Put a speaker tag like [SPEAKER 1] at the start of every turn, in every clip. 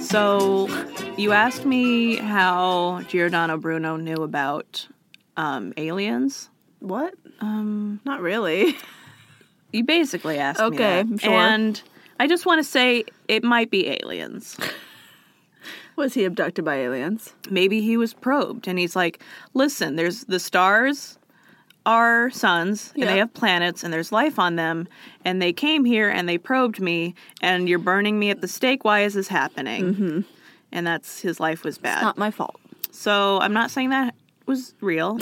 [SPEAKER 1] So you asked me how Giordano Bruno knew about um, aliens.
[SPEAKER 2] What? Um, not really.
[SPEAKER 1] You basically asked me
[SPEAKER 2] Okay,
[SPEAKER 1] that.
[SPEAKER 2] I'm sure.
[SPEAKER 1] And I just want to say it might be aliens.
[SPEAKER 2] Was he abducted by aliens?
[SPEAKER 1] Maybe he was probed and he's like, "Listen, there's the stars are suns and
[SPEAKER 2] Yeah.
[SPEAKER 1] they have planets and there's life on them and they came here and they probed me and you're burning me at the stake. Why is this happening?" Mm-hmm. And that's his life was bad.
[SPEAKER 2] Not my fault.
[SPEAKER 1] So I'm not saying that was real,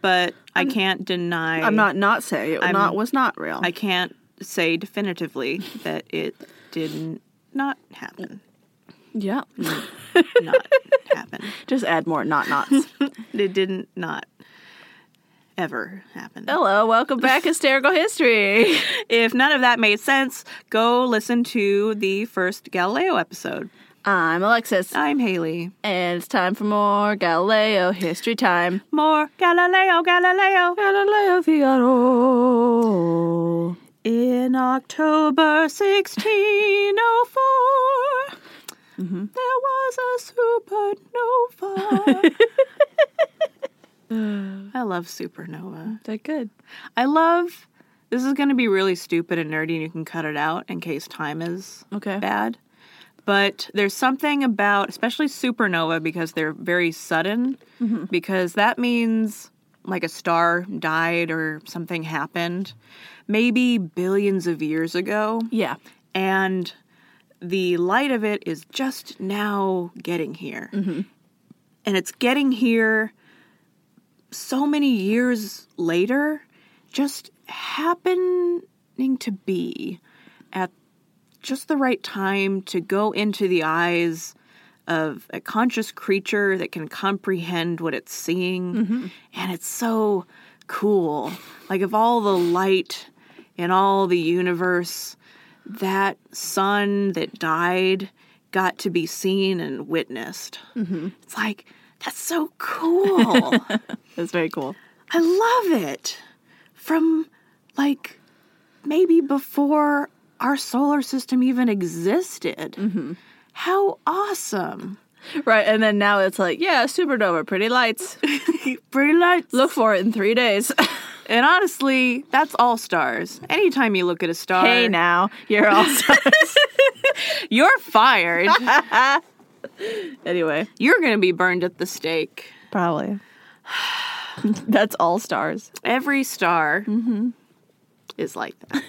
[SPEAKER 1] but I can't deny.
[SPEAKER 2] I'm not not saying it not was not real.
[SPEAKER 1] I can't say definitively that it didn't not happen.
[SPEAKER 2] yeah.
[SPEAKER 1] Not happen.
[SPEAKER 2] Just add more not nots.
[SPEAKER 1] It didn't not ever happen.
[SPEAKER 2] Hello, welcome back, Hysterical History.
[SPEAKER 1] If none of that made sense, go listen to the first Galileo episode.
[SPEAKER 2] I'm Alexis,
[SPEAKER 1] I'm Haley.
[SPEAKER 2] and it's time for more Galileo history time.
[SPEAKER 1] More Galileo, Galileo.
[SPEAKER 2] Galileo Figaro.
[SPEAKER 1] In October 1604, there was a supernova. I love supernova.
[SPEAKER 2] They're good.
[SPEAKER 1] I love. This is going to be really stupid and nerdy, and you can cut it out in case time is
[SPEAKER 2] Okay.
[SPEAKER 1] bad. But there's something about, especially supernova, because they're very sudden, because that means like a star died or something happened, maybe billions of years ago.
[SPEAKER 2] Yeah.
[SPEAKER 1] And the light of it is just now getting here. And it's getting here so many years later, just happening to be at just the right time to go into the eyes of a conscious creature that can comprehend what it's seeing. And it's so cool. Like, of all the light in all the universe, that sun that died got to be seen and witnessed.
[SPEAKER 2] Mm-hmm.
[SPEAKER 1] It's like, that's so cool.
[SPEAKER 2] That's very cool.
[SPEAKER 1] I love it. From like maybe before our solar system even existed.
[SPEAKER 2] Mm-hmm.
[SPEAKER 1] How awesome.
[SPEAKER 2] Right, and then now it's like, yeah, supernova, pretty lights.
[SPEAKER 1] Pretty lights.
[SPEAKER 2] Look for it in three days.
[SPEAKER 1] And honestly, that's all stars. Anytime you look at a star,
[SPEAKER 2] hey, now you're all.
[SPEAKER 1] you're fired.
[SPEAKER 2] anyway,
[SPEAKER 1] you're going to be burned at the stake.
[SPEAKER 2] probably. That's all stars.
[SPEAKER 1] Every star
[SPEAKER 2] Mm-hmm.
[SPEAKER 1] is like that.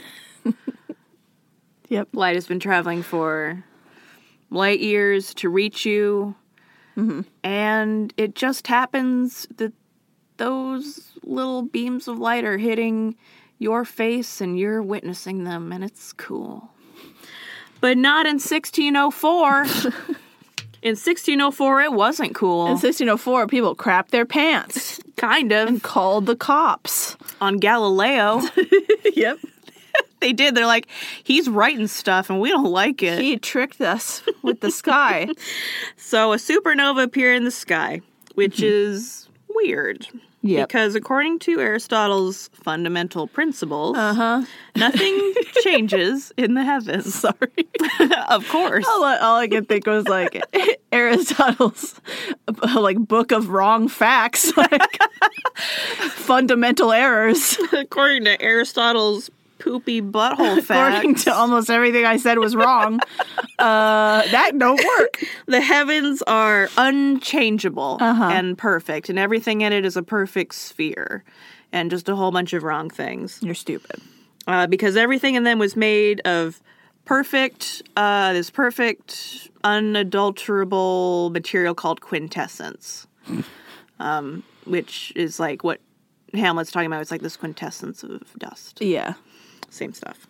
[SPEAKER 2] Yep.
[SPEAKER 1] Light has been traveling for light years to reach you, Mm-hmm. and it just happens that those little beams of light are hitting your face and you're witnessing them, and it's cool. But not in 1604. in 1604, it wasn't
[SPEAKER 2] In
[SPEAKER 1] cool.
[SPEAKER 2] 1604, people crapped their pants,
[SPEAKER 1] kind of.
[SPEAKER 2] called the cops.
[SPEAKER 1] On Galileo.
[SPEAKER 2] Yep.
[SPEAKER 1] they did. They're like, he's writing stuff and we don't like it.
[SPEAKER 2] He tricked us with the sky.
[SPEAKER 1] so a supernova appeared in the sky, which is weird.
[SPEAKER 2] Mm-hmm. Yep.
[SPEAKER 1] Because according to Aristotle's fundamental principles,
[SPEAKER 2] Uh huh.
[SPEAKER 1] nothing changes in the heavens. Sorry. of course.
[SPEAKER 2] All, I- all I could think was like Aristotle's uh, like book of wrong facts, like fundamental errors.
[SPEAKER 1] According to Aristotle's poopy butthole
[SPEAKER 2] According
[SPEAKER 1] fact,
[SPEAKER 2] to almost everything I said was wrong. uh, that don't work.
[SPEAKER 1] the heavens are unchangeable
[SPEAKER 2] Uh-huh.
[SPEAKER 1] and perfect, and everything in it is a perfect sphere and just a whole bunch of wrong things.
[SPEAKER 2] You're stupid.
[SPEAKER 1] uh, because everything in them was made of perfect, uh, this perfect, unadulterable material called quintessence, um, which is like what Hamlet's talking about. It's like this quintessence of dust.
[SPEAKER 2] Yeah.
[SPEAKER 1] Same stuff.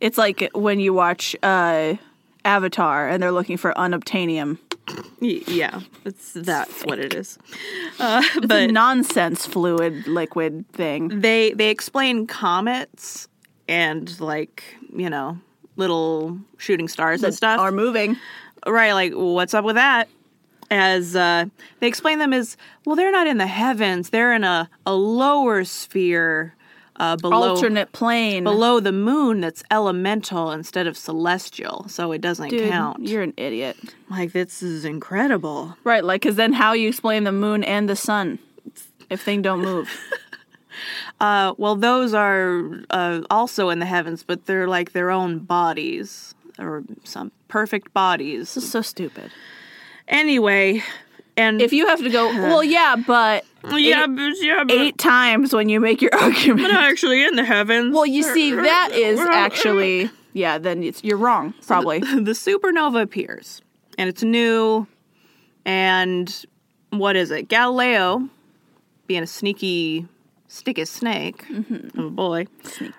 [SPEAKER 2] It's like when you watch uh, Avatar and they're looking for unobtainium.
[SPEAKER 1] Y- yeah, it's, that's what it is.
[SPEAKER 2] But nonsense fluid liquid thing.
[SPEAKER 1] They they explain comets and like you know little shooting stars and stuff
[SPEAKER 2] Are moving.
[SPEAKER 1] right like what's up with that as uh, they explain them as well they're not in the heavens they're in a, a lower sphere uh, below
[SPEAKER 2] alternate plane.
[SPEAKER 1] below the moon that's elemental instead of celestial, so it doesn't
[SPEAKER 2] Dude,
[SPEAKER 1] count.
[SPEAKER 2] You're an idiot.
[SPEAKER 1] Like this is incredible.
[SPEAKER 2] Right, like, because then how you explain the moon and the sun if things don't move?
[SPEAKER 1] Uh, well, those are uh, also in the heavens, but they're like their own bodies or some perfect bodies.
[SPEAKER 2] this is so stupid.
[SPEAKER 1] Anyway, and
[SPEAKER 2] If you have to go, well, yeah, but
[SPEAKER 1] yeah, but, yeah, but
[SPEAKER 2] eight times when you make your argument.
[SPEAKER 1] they're not actually in the heavens.
[SPEAKER 2] Well, you see, that is actually yeah. Then it's, you're wrong, probably.
[SPEAKER 1] the supernova appears, and it's new, and what is it? Galileo, being a sneaky, stick as snake, oh boy,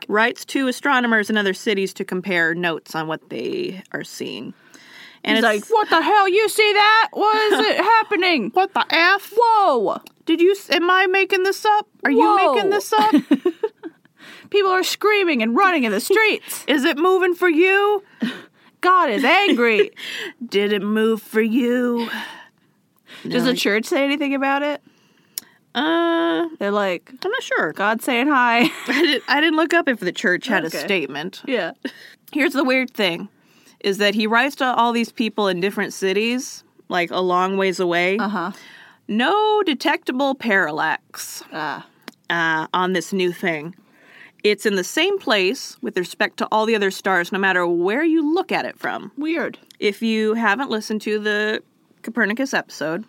[SPEAKER 1] writes to astronomers in other cities to compare notes on what they are seeing. And
[SPEAKER 2] It's
[SPEAKER 1] it's
[SPEAKER 2] like, what the hell? You see that? What is it happening?
[SPEAKER 1] what the f?
[SPEAKER 2] Whoa!
[SPEAKER 1] Did you? s- Am I making this up? Are you making
[SPEAKER 2] Whoa.
[SPEAKER 1] this up?
[SPEAKER 2] People are screaming and running in the streets.
[SPEAKER 1] is it moving for you?
[SPEAKER 2] God is angry.
[SPEAKER 1] Did it move for you?
[SPEAKER 2] Does the church say anything about it?
[SPEAKER 1] Uh,
[SPEAKER 2] They're like,
[SPEAKER 1] I'm not sure.
[SPEAKER 2] God saying hi.
[SPEAKER 1] I didn't, I didn't look up if the church had
[SPEAKER 2] Okay.
[SPEAKER 1] a statement.
[SPEAKER 2] yeah.
[SPEAKER 1] Here's the weird thing is that he writes to all these people in different cities, like a long ways away.
[SPEAKER 2] Uh huh.
[SPEAKER 1] No detectable parallax
[SPEAKER 2] Ah.
[SPEAKER 1] uh, on this new thing. It's in the same place with respect to all the other stars, no matter where you look at it from.
[SPEAKER 2] Weird.
[SPEAKER 1] If you haven't listened to the Copernicus episode,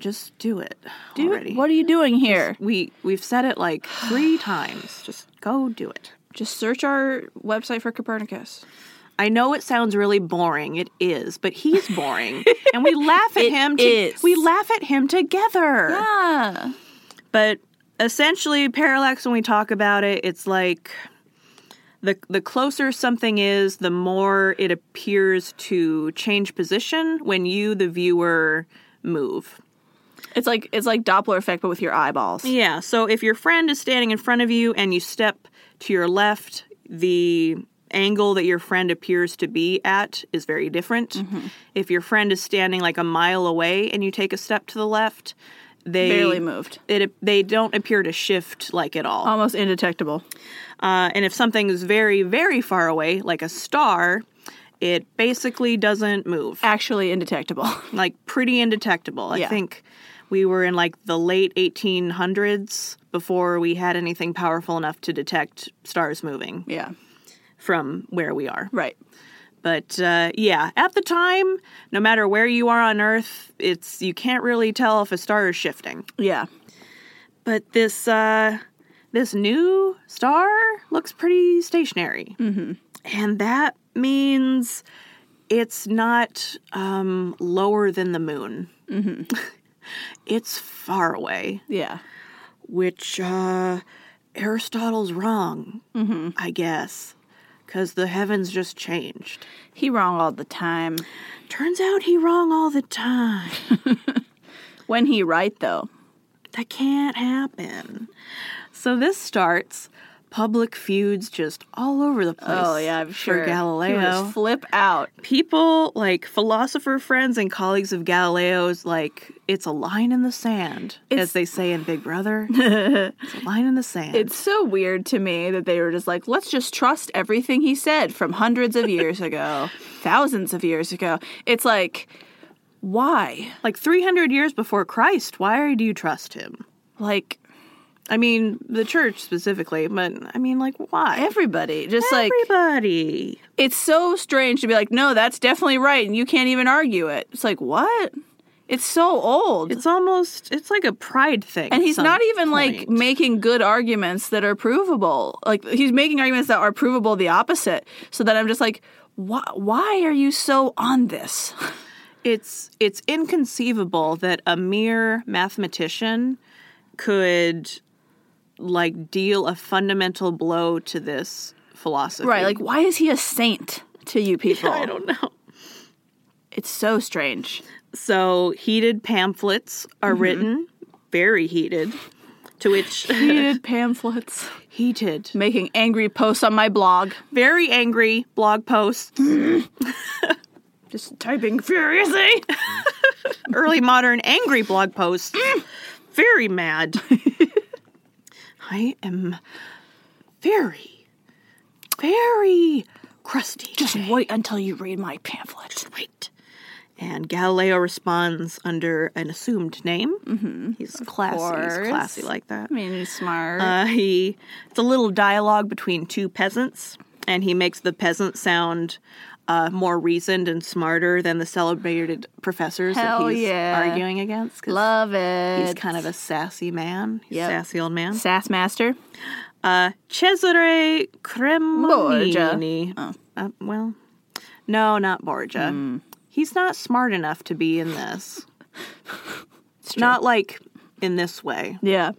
[SPEAKER 1] just do it.
[SPEAKER 2] Dude,
[SPEAKER 1] already.
[SPEAKER 2] what are you doing here?
[SPEAKER 1] We we've said it like three times. Just go do it.
[SPEAKER 2] Just search our website for Copernicus.
[SPEAKER 1] I know it sounds really boring. It is, but he's boring, and we laugh at
[SPEAKER 2] It
[SPEAKER 1] him. To,
[SPEAKER 2] is.
[SPEAKER 1] We laugh at him together.
[SPEAKER 2] Ah.
[SPEAKER 1] But essentially, parallax. When we talk about it, it's like the the closer something is, the more it appears to change position when you, the viewer, move.
[SPEAKER 2] It's like it's like Doppler effect, but with your eyeballs.
[SPEAKER 1] Yeah. So if your friend is standing in front of you and you step to your left, the angle that your friend appears to be at is very different.
[SPEAKER 2] Mm-hmm.
[SPEAKER 1] If your friend is standing like a mile away and you take a step to the left, they
[SPEAKER 2] Barely moved. Oh.
[SPEAKER 1] It, they don't appear to shift like at all.
[SPEAKER 2] Almost indetectable.
[SPEAKER 1] Uh, and if something is very, very far away, like a star, it basically doesn't move.
[SPEAKER 2] Actually indetectable.
[SPEAKER 1] Like pretty indetectable. I
[SPEAKER 2] Yeah.
[SPEAKER 1] think we were in like the late 1800s before we had anything powerful enough to detect stars moving
[SPEAKER 2] yeah.
[SPEAKER 1] from where we are.
[SPEAKER 2] Right.
[SPEAKER 1] But uh, yeah, at the time, no matter where you are on Earth, it's you can't really tell if a star is shifting.
[SPEAKER 2] Yeah.
[SPEAKER 1] But this uh, this new star looks pretty stationary, mm-hmm. and that means it's not um, lower than the moon. Mm-hmm. it's far away,
[SPEAKER 2] Yeah.
[SPEAKER 1] which uh, Aristotle's wrong, I guess, because the heavens just changed.
[SPEAKER 2] He wrong all the time.
[SPEAKER 1] Turns out he wrong all the time.
[SPEAKER 2] When he right though.
[SPEAKER 1] That can't happen. So this starts public feuds just all over the place.
[SPEAKER 2] Oh yeah, I'm sure.
[SPEAKER 1] For
[SPEAKER 2] He would
[SPEAKER 1] Galileo.
[SPEAKER 2] just flip out.
[SPEAKER 1] People like philosopher friends and colleagues of Galileo's like it's a line in the sand, as they say in Big Brother. it's a line in the sand.
[SPEAKER 2] It's so weird to me that they were just like, let's just trust everything he said from hundreds of years ago, thousands of years ago. It's like, why?
[SPEAKER 1] like 300 years before Christ. Why do you trust him?
[SPEAKER 2] Like
[SPEAKER 1] I mean, the church specifically, but I mean, like, why?
[SPEAKER 2] everybody, just like
[SPEAKER 1] Everybody.
[SPEAKER 2] it's so strange to be like, no, that's definitely right, and you can't even argue it. It's like what? It's so old.
[SPEAKER 1] It's almost it's like a pride thing.
[SPEAKER 2] and
[SPEAKER 1] at
[SPEAKER 2] he's
[SPEAKER 1] some
[SPEAKER 2] not even like
[SPEAKER 1] point.
[SPEAKER 2] making good arguments that are provable. Like he's making arguments that are provable the opposite. So that I'm just like, why, why are you so on this?
[SPEAKER 1] it's it's inconceivable that a mere mathematician could like deal a fundamental blow to this philosophy.
[SPEAKER 2] Right. Like, why is he a saint to you people?
[SPEAKER 1] I don't know.
[SPEAKER 2] It's so strange.
[SPEAKER 1] So heated pamphlets are
[SPEAKER 2] Mm-hmm.
[SPEAKER 1] written, very heated, to which
[SPEAKER 2] Heated pamphlets.
[SPEAKER 1] heated,
[SPEAKER 2] Making angry posts on my blog.
[SPEAKER 1] very angry blog posts,
[SPEAKER 2] Just typing furiously.
[SPEAKER 1] early modern angry blog posts, very mad. I am very, very crusty.
[SPEAKER 2] Just wait until you read my pamphlet.
[SPEAKER 1] wait. And Galileo responds under an assumed name. Mm-hmm. He's classy.
[SPEAKER 2] course.
[SPEAKER 1] He's classy like that.
[SPEAKER 2] I mean, he's smart.
[SPEAKER 1] Uh, he it's a little dialogue between two peasants, and he makes the peasant sound uh, more reasoned and smarter than the celebrated professors
[SPEAKER 2] Hell
[SPEAKER 1] that he's
[SPEAKER 2] yeah.
[SPEAKER 1] arguing against. 'cause
[SPEAKER 2] Love it.
[SPEAKER 1] he's kind of a sassy man, He's a
[SPEAKER 2] Yep.
[SPEAKER 1] sassy old man.
[SPEAKER 2] sass master.
[SPEAKER 1] Uh, Cesare Cremonini.
[SPEAKER 2] Borgia. Oh. Hmm.
[SPEAKER 1] Uh, well, no, not Borgia. He's not smart enough to be in this. Not like in this way.
[SPEAKER 2] Yeah.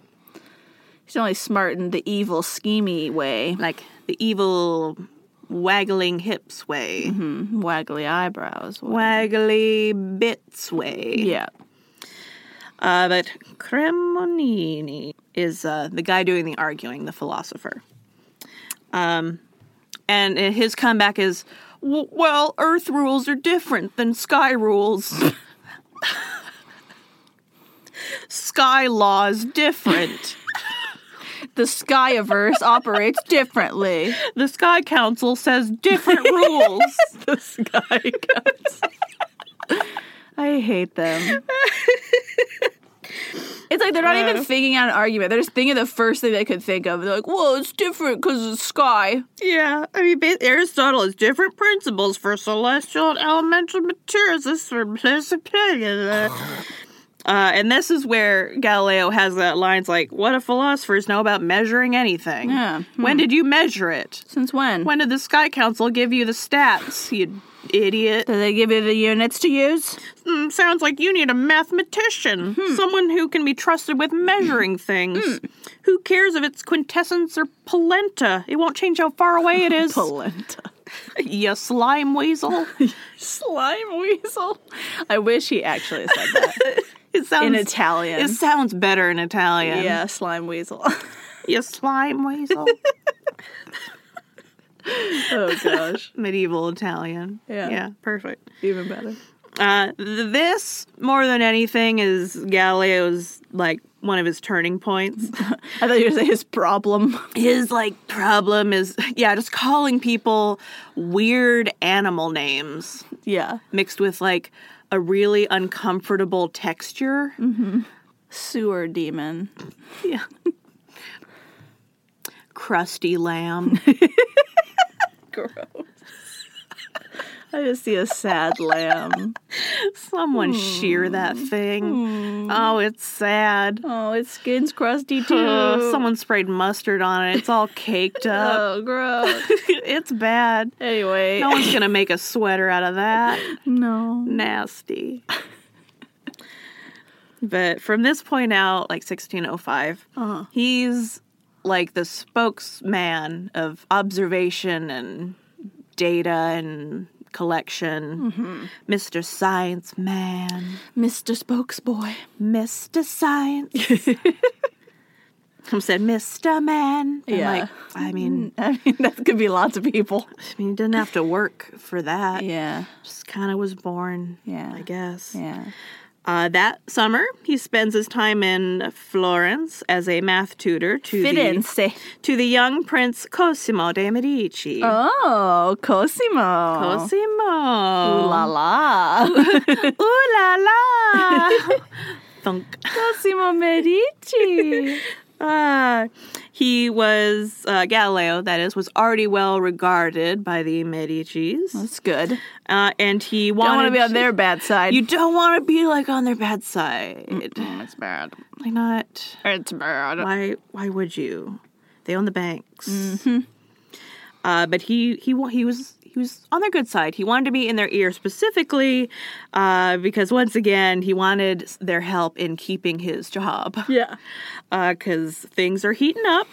[SPEAKER 2] He's only smart in the evil, schemy way.
[SPEAKER 1] like the evil waggling hips way,
[SPEAKER 2] Mm-hmm. Waggly eyebrows.
[SPEAKER 1] waggly bits way.
[SPEAKER 2] Yeah.
[SPEAKER 1] Uh, but Cremonini is uh, the guy doing the arguing, the philosopher. Um, and uh, his comeback is, "W- well, Earth rules are different than sky rules. sky law is different.
[SPEAKER 2] The Skyverse operates differently.
[SPEAKER 1] the Sky Council says different rules.
[SPEAKER 2] The Sky I hate them. It's like they're not even thinking out an argument. They're just thinking the first thing they could think of. They're like, well, it's different because it's sky.
[SPEAKER 1] Yeah, I mean, ba- Aristotle has different principles for celestial and elemental materials. This for uh, and this is where Galileo has that lines like, "What do philosophers know about measuring anything?
[SPEAKER 2] Yeah,
[SPEAKER 1] When did you measure it?
[SPEAKER 2] Since when?
[SPEAKER 1] When did the Sky Council give you the stats? You idiot!
[SPEAKER 2] Do they give you the units to use?
[SPEAKER 1] Mm, sounds like you need a mathematician, someone who can be trusted with measuring things. Who cares if it's quintessence or polenta? It won't change how far away it is."
[SPEAKER 2] Polenta.
[SPEAKER 1] you slime weasel.
[SPEAKER 2] Slime weasel. I wish he actually said that
[SPEAKER 1] It sounds
[SPEAKER 2] in Italian.
[SPEAKER 1] It sounds better in Italian.
[SPEAKER 2] yeah, slime weasel.
[SPEAKER 1] You slime weasel.
[SPEAKER 2] oh gosh,
[SPEAKER 1] Medieval Italian.
[SPEAKER 2] Yeah.
[SPEAKER 1] Yeah, perfect.
[SPEAKER 2] even better.
[SPEAKER 1] Uh, th- this, more than anything, is Galileo's, like, one of his turning points.
[SPEAKER 2] I thought you were saying his problem.
[SPEAKER 1] his, like, problem is, yeah, just calling people weird animal names
[SPEAKER 2] Yeah,
[SPEAKER 1] mixed with, like, a really uncomfortable texture.
[SPEAKER 2] Mm. sewer demon.
[SPEAKER 1] Yeah. Crusty lamb.
[SPEAKER 2] Gross. I just see a sad lamb.
[SPEAKER 1] Someone shear that thing. Oh, it's sad.
[SPEAKER 2] Oh, its skin's crusty too.
[SPEAKER 1] Ugh, someone sprayed mustard on it. It's all caked up.
[SPEAKER 2] Oh, gross.
[SPEAKER 1] it's bad.
[SPEAKER 2] Anyway,
[SPEAKER 1] No one's gonna make a sweater out of that.
[SPEAKER 2] no.
[SPEAKER 1] Nasty. But from this point out, like 1605,
[SPEAKER 2] Uh-huh.
[SPEAKER 1] he's like the spokesman of observation and data and collection. Mr. Science Man.
[SPEAKER 2] Mr. Spokesboy.
[SPEAKER 1] Mr. Science. Some said Mr. Man. I'm
[SPEAKER 2] Yeah. Mm.
[SPEAKER 1] like, I mean,
[SPEAKER 2] I mean, that could be lots of people.
[SPEAKER 1] I mean, you didn't have to work for that.
[SPEAKER 2] Yeah,
[SPEAKER 1] Just kind of was born.
[SPEAKER 2] Yeah.
[SPEAKER 1] I guess.
[SPEAKER 2] yeah.
[SPEAKER 1] Uh, that summer, he spends his time in Florence as a math tutor to
[SPEAKER 2] Fit
[SPEAKER 1] the
[SPEAKER 2] in, say.
[SPEAKER 1] to the young Prince Cosimo de' Medici.
[SPEAKER 2] Oh, Cosimo. Ooh
[SPEAKER 1] Cosimo.
[SPEAKER 2] la la.
[SPEAKER 1] Ooh la la. Thunk.
[SPEAKER 2] Cosimo Medici.
[SPEAKER 1] Ah, he was uh, Galileo. That is was already well regarded by the Medici's,
[SPEAKER 2] That's good.
[SPEAKER 1] uh, and he wanted
[SPEAKER 2] Don't want to be on their bad side.
[SPEAKER 1] You don't want to be like on their bad side.
[SPEAKER 2] it's bad.
[SPEAKER 1] Like not.
[SPEAKER 2] It's bad.
[SPEAKER 1] Why? Why would you? They own the banks.
[SPEAKER 2] Mm-hmm.
[SPEAKER 1] Uh, but he he wa- he was he was on their good side. He wanted to be in their ear specifically uh, because once again he wanted their help in keeping his job.
[SPEAKER 2] Yeah.
[SPEAKER 1] because things are heating up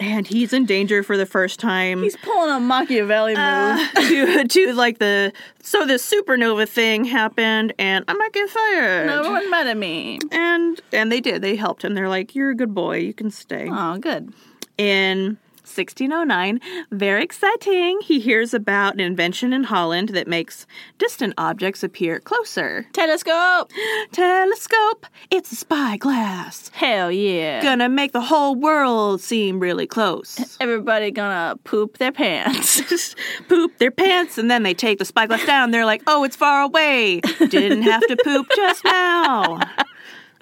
[SPEAKER 1] and he's in danger for the first time
[SPEAKER 2] He's pulling a Machiavelli move.
[SPEAKER 1] to, to like the so this supernova thing happened and i might get fired
[SPEAKER 2] no one mad at me.
[SPEAKER 1] and and they did they helped him they're like you're a good boy you can stay
[SPEAKER 2] Oh, good.
[SPEAKER 1] in 1609. Very exciting. He hears about an invention in Holland that makes distant objects appear closer.
[SPEAKER 2] Telescope!
[SPEAKER 1] Telescope! It's a spyglass.
[SPEAKER 2] Hell yeah.
[SPEAKER 1] Gonna make the whole world seem really close.
[SPEAKER 2] Everybody gonna poop their pants.
[SPEAKER 1] poop their pants and then they take the spyglass down. They're like, oh, it's far away. Didn't have to poop just now.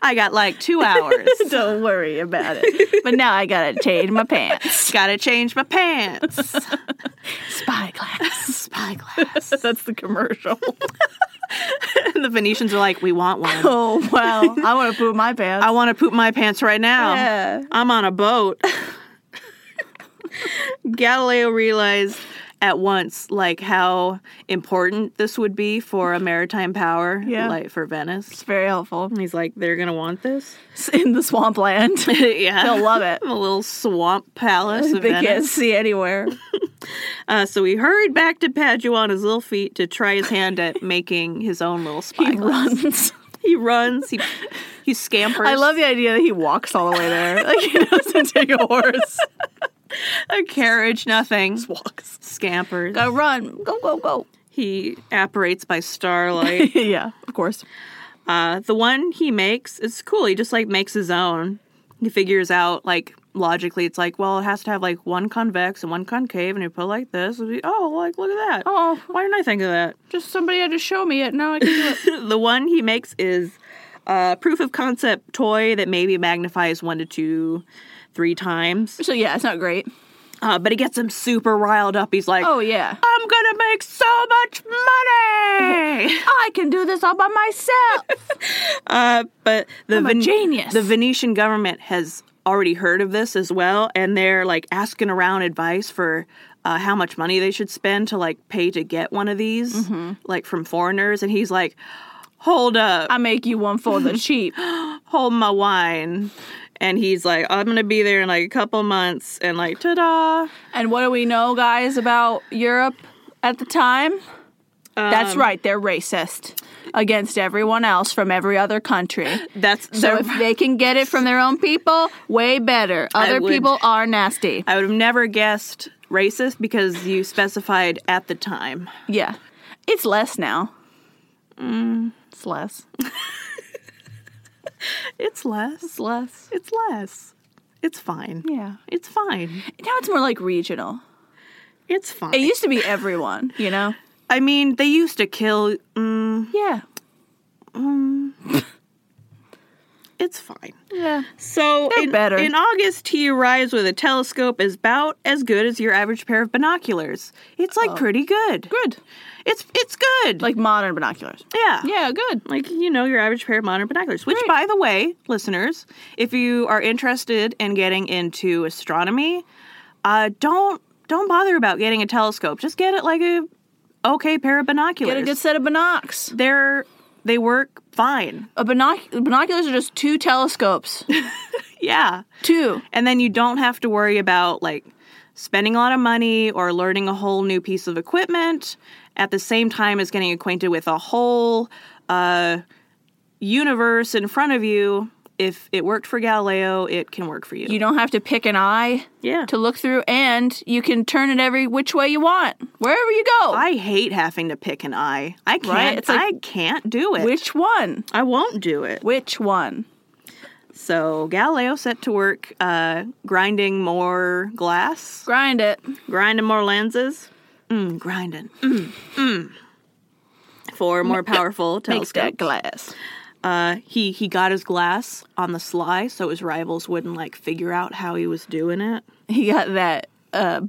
[SPEAKER 1] I got like two hours.
[SPEAKER 2] Don't worry about it. But now I gotta change my pants.
[SPEAKER 1] Gotta change my pants.
[SPEAKER 2] Spyglass.
[SPEAKER 1] Spyglass.
[SPEAKER 2] That's the commercial.
[SPEAKER 1] And the Venetians are like, we want one.
[SPEAKER 2] Oh, wow. I wanna poop my pants. Um,
[SPEAKER 1] I want to poop my pants right now.
[SPEAKER 2] Yeah.
[SPEAKER 1] I'm on a boat. Galileo realized at once like how important this would be for a maritime power,
[SPEAKER 2] Yeah.
[SPEAKER 1] like for Venice.
[SPEAKER 2] It's very helpful.
[SPEAKER 1] He's like, they're gonna want this.
[SPEAKER 2] It's in the swampland.
[SPEAKER 1] yeah,
[SPEAKER 2] They'll love it.
[SPEAKER 1] a little swamp palace of
[SPEAKER 2] They can't
[SPEAKER 1] Venice.
[SPEAKER 2] see anywhere.
[SPEAKER 1] Uh, so he hurried back to Padua on his little feet to try his hand at making his own little
[SPEAKER 2] He
[SPEAKER 1] spyglass.
[SPEAKER 2] runs.
[SPEAKER 1] He runs. He he scampers.
[SPEAKER 2] I love the idea that he walks all the way there. Like he doesn't take a horse.
[SPEAKER 1] a carriage. Nothing.
[SPEAKER 2] Walks.
[SPEAKER 1] Scampers.
[SPEAKER 2] Go run. Go go go.
[SPEAKER 1] He apparates by starlight.
[SPEAKER 2] yeah, of course.
[SPEAKER 1] Uh, the one he makes is cool. He just like makes his own. He figures out like logically, it's like, well, it has to have like one convex and one concave, and you put it like this. It'd be, oh, like look at that.
[SPEAKER 2] Oh,
[SPEAKER 1] Why didn't I think of that?
[SPEAKER 2] just somebody had to show me it. Now I can do it.
[SPEAKER 1] the one he makes is a proof of concept toy that maybe magnifies one to two, three times.
[SPEAKER 2] so yeah, it's not great.
[SPEAKER 1] Uh, but he gets him super riled up. He's like,
[SPEAKER 2] Oh yeah.
[SPEAKER 1] I'm gonna make so much money.
[SPEAKER 2] I can do this all by myself.
[SPEAKER 1] Uh, but the
[SPEAKER 2] I'm a genius.
[SPEAKER 1] the Venetian government has already heard of this as well, and they're like asking around advice for uh, how much money they should spend to like pay to get one of these,
[SPEAKER 2] Mm-hmm.
[SPEAKER 1] like from foreigners. And he's like, "Hold up,
[SPEAKER 2] I make you one for the cheap.
[SPEAKER 1] hold my wine." And he's like, "I'm gonna be there in like a couple months," and like, "Ta-da!"
[SPEAKER 2] And what do we know, guys, about Europe at the time? That's right, they're racist against everyone else from every other country.
[SPEAKER 1] That's
[SPEAKER 2] So
[SPEAKER 1] they're-
[SPEAKER 2] if they can get it from their own people, way better. Other
[SPEAKER 1] would-
[SPEAKER 2] people are nasty.
[SPEAKER 1] I would have never guessed racist because you specified at the time.
[SPEAKER 2] Yeah. It's less now. It's less.
[SPEAKER 1] It's less.
[SPEAKER 2] It's less.
[SPEAKER 1] It's less. It's fine.
[SPEAKER 2] Yeah.
[SPEAKER 1] It's fine.
[SPEAKER 2] Now it's more like regional.
[SPEAKER 1] It's fine.
[SPEAKER 2] It used to be everyone, you know?
[SPEAKER 1] I mean, they used to kill. Mm,
[SPEAKER 2] Yeah.
[SPEAKER 1] it's fine.
[SPEAKER 2] Yeah.
[SPEAKER 1] So
[SPEAKER 2] They're
[SPEAKER 1] in,
[SPEAKER 2] better.
[SPEAKER 1] in August, he arrives with a telescope as about as good as your average pair of binoculars. It's like pretty good.
[SPEAKER 2] Good.
[SPEAKER 1] It's it's good.
[SPEAKER 2] Oh. Like modern binoculars.
[SPEAKER 1] yeah.
[SPEAKER 2] Yeah, good.
[SPEAKER 1] Like you know, your average pair of modern binoculars. Which, by
[SPEAKER 2] Right.
[SPEAKER 1] the way, listeners, if you are interested in getting into astronomy, uh, don't don't bother about getting a telescope. Just get it like a okay pair of binoculars.
[SPEAKER 2] Get a good set of binocs.
[SPEAKER 1] They're they work fine.
[SPEAKER 2] A binoc- binoculars are just two telescopes.
[SPEAKER 1] Yeah.
[SPEAKER 2] two.
[SPEAKER 1] And then you don't have to worry about like spending a lot of money or learning a whole new piece of equipment at the same time as getting acquainted with a whole uh, universe in front of you. If it worked for Galileo, it can work for you.
[SPEAKER 2] You don't have to pick an eye
[SPEAKER 1] yeah.
[SPEAKER 2] to look through, and you can turn it every which way you want, wherever you go.
[SPEAKER 1] I hate having to pick an eye. I can't.
[SPEAKER 2] Right? It's like-
[SPEAKER 1] I can't do it.
[SPEAKER 2] which one?
[SPEAKER 1] I won't do it.
[SPEAKER 2] Which one?
[SPEAKER 1] So Galileo set to work uh, grinding more glass.
[SPEAKER 2] Grind it.
[SPEAKER 1] grinding more lenses. Mm, grinding. Mm, mm. For a more powerful
[SPEAKER 2] Makes
[SPEAKER 1] telescope.
[SPEAKER 2] that glass.
[SPEAKER 1] Uh, he he got his glass on the sly so his rivals wouldn't like figure out how he was doing it.
[SPEAKER 2] He got that uh,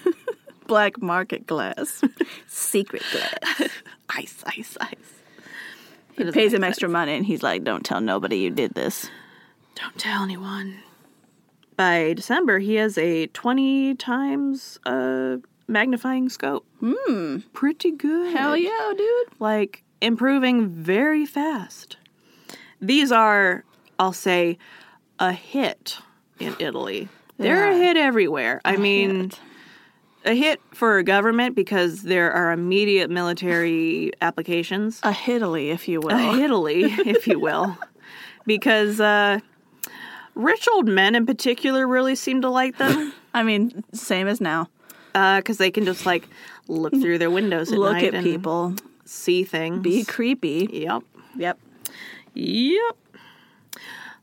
[SPEAKER 2] black market glass, secret glass.
[SPEAKER 1] Ice, ice, ice.
[SPEAKER 2] He pays him extra money, and he's like, "Don't tell nobody you did this."
[SPEAKER 1] Don't tell anyone. By December, he has a 20 times uh, magnifying scope. Hmm. Pretty good.
[SPEAKER 2] Hell yeah, dude!
[SPEAKER 1] like improving very fast. These are, I'll say, a hit in Italy. They're a
[SPEAKER 2] Yeah.
[SPEAKER 1] hit everywhere. I mean, a hit for a government because there are immediate military applications.
[SPEAKER 2] A Oh. hittily, if you will.
[SPEAKER 1] A Italy, if you will, because uh, Rich old men in particular really seem to like them
[SPEAKER 2] I mean, same as now.
[SPEAKER 1] because they can just like look through their windows at
[SPEAKER 2] Look
[SPEAKER 1] night
[SPEAKER 2] at
[SPEAKER 1] and
[SPEAKER 2] people.
[SPEAKER 1] see things.
[SPEAKER 2] Be creepy.
[SPEAKER 1] Yep.
[SPEAKER 2] Yep.
[SPEAKER 1] Yep.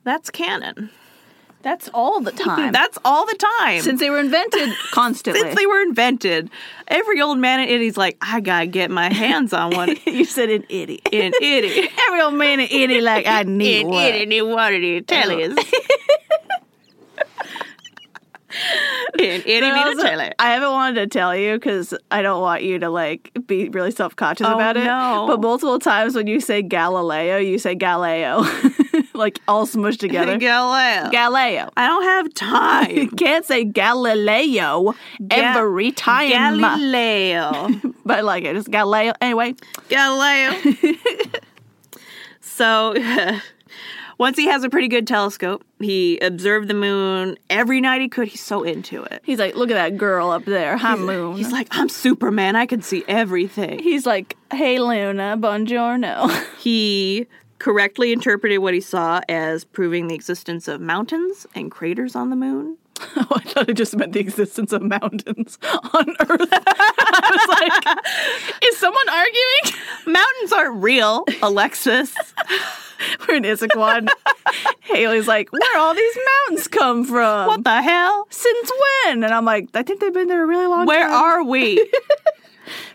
[SPEAKER 1] That's canon.
[SPEAKER 2] That's all the time.
[SPEAKER 1] That's all the time.
[SPEAKER 2] Since they were invented constantly.
[SPEAKER 1] Since they were invented, every old man in Itty's like, I gotta get my hands on one
[SPEAKER 2] you said an itty.
[SPEAKER 1] in Itty.
[SPEAKER 2] Every old man an itty like I need
[SPEAKER 1] in
[SPEAKER 2] one. Oh.
[SPEAKER 1] Itty, you wanted to tell us. in Itty,
[SPEAKER 2] But
[SPEAKER 1] me to
[SPEAKER 2] also,
[SPEAKER 1] tell it.
[SPEAKER 2] I haven't wanted to tell you because I don't want you to like be really self conscious
[SPEAKER 1] Oh,
[SPEAKER 2] about it.
[SPEAKER 1] no.
[SPEAKER 2] But multiple times when you say Galileo, you say Galileo, like all smushed together.
[SPEAKER 1] Galileo.
[SPEAKER 2] Galileo.
[SPEAKER 1] I don't have
[SPEAKER 2] You
[SPEAKER 1] time.
[SPEAKER 2] can't say Galileo
[SPEAKER 1] Ga-
[SPEAKER 2] every time.
[SPEAKER 1] Galileo.
[SPEAKER 2] But I like it, it's Galileo. Anyway,
[SPEAKER 1] Galileo. so, once he has a pretty good telescope, he observed the moon every night he could. He's so into it.
[SPEAKER 2] he's like, look at that girl up there. Hi, moon.
[SPEAKER 1] He's like, I'm Superman. I can see everything.
[SPEAKER 2] He's like, hey, Luna, buongiorno.
[SPEAKER 1] He correctly interpreted what he saw as proving the existence of mountains and craters on the moon.
[SPEAKER 2] Oh, I thought it just meant the existence of mountains on Earth. I was like, is someone arguing?
[SPEAKER 1] Mountains aren't real, Alexis.
[SPEAKER 2] We're in Issaquah. Haley's like, where all these mountains come from?
[SPEAKER 1] what the hell?
[SPEAKER 2] Since when? And I'm like, I think they've been there a really long
[SPEAKER 1] Where
[SPEAKER 2] time.
[SPEAKER 1] are we?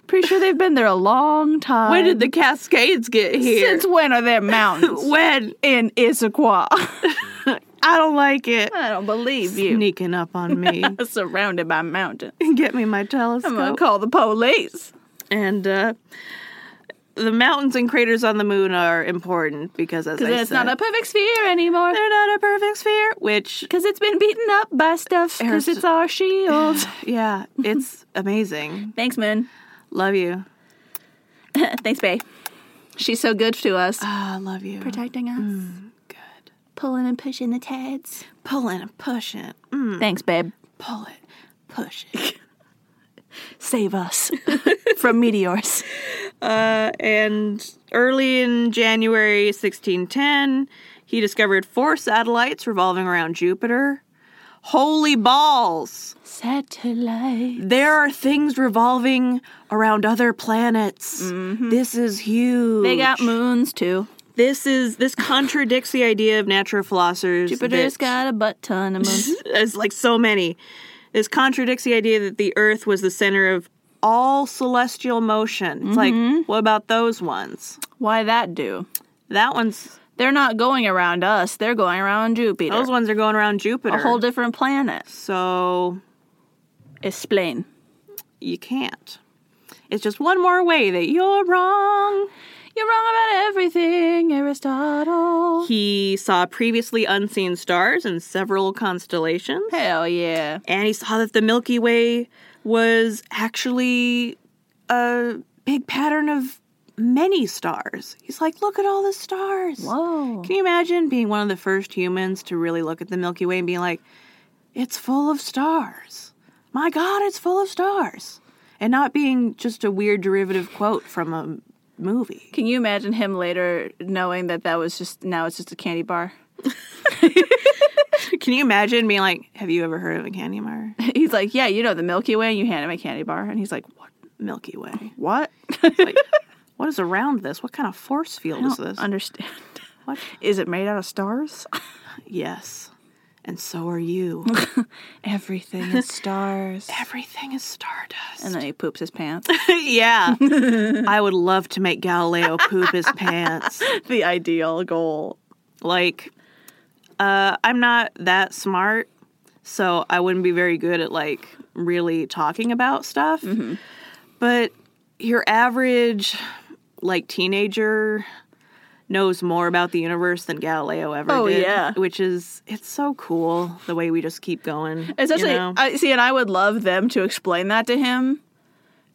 [SPEAKER 2] Pretty sure they've been there a long time.
[SPEAKER 1] When did the Cascades get here?
[SPEAKER 2] Since when are there mountains?
[SPEAKER 1] when?
[SPEAKER 2] in Issaquah.
[SPEAKER 1] I don't like it.
[SPEAKER 2] I don't believe you.
[SPEAKER 1] Sneaking up on me.
[SPEAKER 2] Surrounded by mountains.
[SPEAKER 1] Get me my
[SPEAKER 2] I'm gonna
[SPEAKER 1] telescope.
[SPEAKER 2] call the police.
[SPEAKER 1] and uh, the mountains and craters on the moon are important because, as I
[SPEAKER 2] Because it's
[SPEAKER 1] said,
[SPEAKER 2] not a perfect sphere anymore.
[SPEAKER 1] they're not a perfect sphere, which
[SPEAKER 2] Because it's been beaten up by stuff. Because
[SPEAKER 1] There's-
[SPEAKER 2] it's our shield.
[SPEAKER 1] Yeah, it's amazing.
[SPEAKER 2] Thanks, Moon.
[SPEAKER 1] Love you.
[SPEAKER 2] Thanks, Bay. She's so good to us. Mm,
[SPEAKER 1] Ah, love you.
[SPEAKER 2] Uh, Protecting us.
[SPEAKER 1] Good.
[SPEAKER 2] Pulling and pushing the Teds.
[SPEAKER 1] Pull it and push it. Mm,
[SPEAKER 2] Mm. Thanks, babe.
[SPEAKER 1] Pull it. Push it.
[SPEAKER 2] Save us from meteors.
[SPEAKER 1] Uh, and early in January 1610, he discovered four satellites revolving around Jupiter. Holy balls!
[SPEAKER 2] Satellite.
[SPEAKER 1] There are things revolving around other planets. This is huge.
[SPEAKER 2] They got moons too.
[SPEAKER 1] This is this contradicts the idea of natural philosophers.
[SPEAKER 2] Jupiter's
[SPEAKER 1] that-
[SPEAKER 2] got a butt ton of moons.
[SPEAKER 1] as like so many. This contradicts the idea that the Earth was the center of all celestial motion. It's like,
[SPEAKER 2] Mm-hmm.
[SPEAKER 1] what about those ones?
[SPEAKER 2] Why that do?
[SPEAKER 1] That one's
[SPEAKER 2] They're not going around us. They're going around Jupiter.
[SPEAKER 1] those ones are going around Jupiter.
[SPEAKER 2] a whole different planet.
[SPEAKER 1] so
[SPEAKER 2] Explain.
[SPEAKER 1] you can't. It's just one more way that you're wrong.
[SPEAKER 2] You're wrong about everything, Aristotle.
[SPEAKER 1] He saw previously unseen stars and several constellations.
[SPEAKER 2] Hell yeah.
[SPEAKER 1] And he saw that the Milky Way was actually a big pattern of many stars. He's like, look at all the stars.
[SPEAKER 2] Whoa.
[SPEAKER 1] Can you imagine being one of the first humans to really look at the Milky Way and being like, it's full of stars? My God, it's full of stars. And not being just a weird derivative quote from a movie.
[SPEAKER 2] Can you imagine him later knowing that that was just now it's just a candy bar?
[SPEAKER 1] Can you imagine being like, have you ever heard of a candy bar?
[SPEAKER 2] He's like, "Yeah, you know the Milky Way." And you hand him a candy bar, and he's like, "What?
[SPEAKER 1] Milky Way.
[SPEAKER 2] What?
[SPEAKER 1] Like, what is around this? What kind of force field is this?
[SPEAKER 2] Understand?
[SPEAKER 1] What?
[SPEAKER 2] Is it made out of stars?
[SPEAKER 1] Yes. And so are you.
[SPEAKER 2] Everything is stars."
[SPEAKER 1] Everything is stardust.
[SPEAKER 2] And then he poops his pants.
[SPEAKER 1] yeah. I would love to make Galileo poop his pants.
[SPEAKER 2] the ideal goal.
[SPEAKER 1] Like, uh, I'm not that smart, so I wouldn't be very good at like really talking about stuff.
[SPEAKER 2] Mm-hmm.
[SPEAKER 1] But your average like teenager knows more about the universe than Galileo ever
[SPEAKER 2] Oh,
[SPEAKER 1] did.
[SPEAKER 2] yeah.
[SPEAKER 1] Which is it's so cool the way we just keep going.
[SPEAKER 2] Essentially,
[SPEAKER 1] you know?
[SPEAKER 2] I see, and I would love them to explain that to him,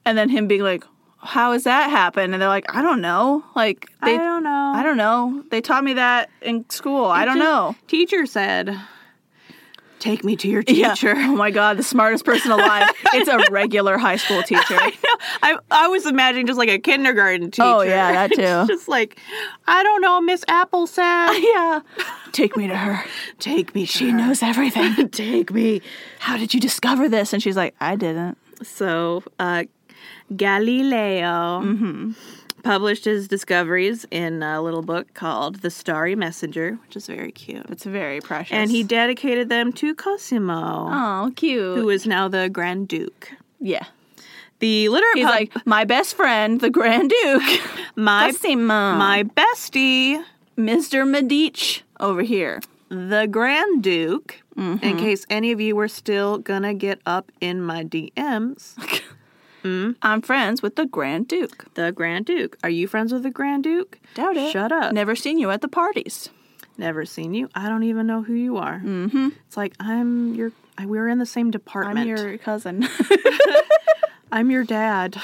[SPEAKER 2] and then him being like, "How has that happened?" And they're like, "I don't know." Like they,
[SPEAKER 1] I don't know.
[SPEAKER 2] I don't know. They taught me that in school. I don't know.
[SPEAKER 1] Teacher said. Take me to your
[SPEAKER 2] Yeah.
[SPEAKER 1] teacher.
[SPEAKER 2] Oh my God, the smartest person alive. it's a regular high school teacher.
[SPEAKER 1] I, I was imagining just like a kindergarten teacher.
[SPEAKER 2] Oh, yeah, that
[SPEAKER 1] It's
[SPEAKER 2] too.
[SPEAKER 1] just like, I don't know, Miss Apple said.
[SPEAKER 2] yeah. Take me to her.
[SPEAKER 1] Take me.
[SPEAKER 2] She knows everything.
[SPEAKER 1] Take me.
[SPEAKER 2] How did you discover this? And she's like, I didn't.
[SPEAKER 1] So, uh, Galileo
[SPEAKER 2] Mm-hmm.
[SPEAKER 1] published his discoveries in a little book called The Starry Messenger, which is very cute.
[SPEAKER 2] It's very precious.
[SPEAKER 1] And he dedicated them to Cosimo,
[SPEAKER 2] Oh, cute.
[SPEAKER 1] who is now the Grand Duke.
[SPEAKER 2] yeah.
[SPEAKER 1] The literate
[SPEAKER 2] He's
[SPEAKER 1] pub-
[SPEAKER 2] like, my best friend, the Grand Duke.
[SPEAKER 1] my
[SPEAKER 2] Cosimo.
[SPEAKER 1] my bestie,
[SPEAKER 2] Mr. Medici over here.
[SPEAKER 1] the Grand Duke. In case any of you were still gonna get up in my DMs,
[SPEAKER 2] I'm friends with the Grand Duke.
[SPEAKER 1] the Grand Duke. Are you friends with the Grand Duke?
[SPEAKER 2] Doubt it.
[SPEAKER 1] Shut up.
[SPEAKER 2] Never seen you at the parties.
[SPEAKER 1] Never seen you. I don't even know who you are. Mm-hmm. It's like I'm your. I, we're in the same
[SPEAKER 2] I'm
[SPEAKER 1] department.
[SPEAKER 2] your cousin.
[SPEAKER 1] I'm your dad.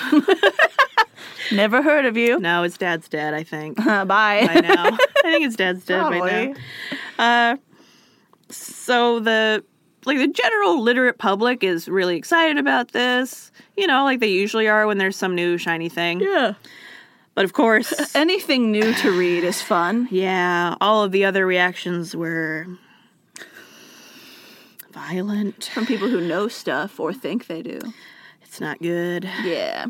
[SPEAKER 2] Never heard of you.
[SPEAKER 1] no, it's dad's dad. I think.
[SPEAKER 2] Uh, bye.
[SPEAKER 1] by now. I think it's dad's dead by now.
[SPEAKER 2] Probably.
[SPEAKER 1] Uh, so the like the general literate public is really excited about this. You know, like they usually are when there's some new shiny thing.
[SPEAKER 2] Yeah.
[SPEAKER 1] But of course,
[SPEAKER 2] Anything new to read is fun.
[SPEAKER 1] yeah, all of the other reactions were violent.
[SPEAKER 2] From people who know stuff or think they do.
[SPEAKER 1] It's not good.
[SPEAKER 2] Yeah.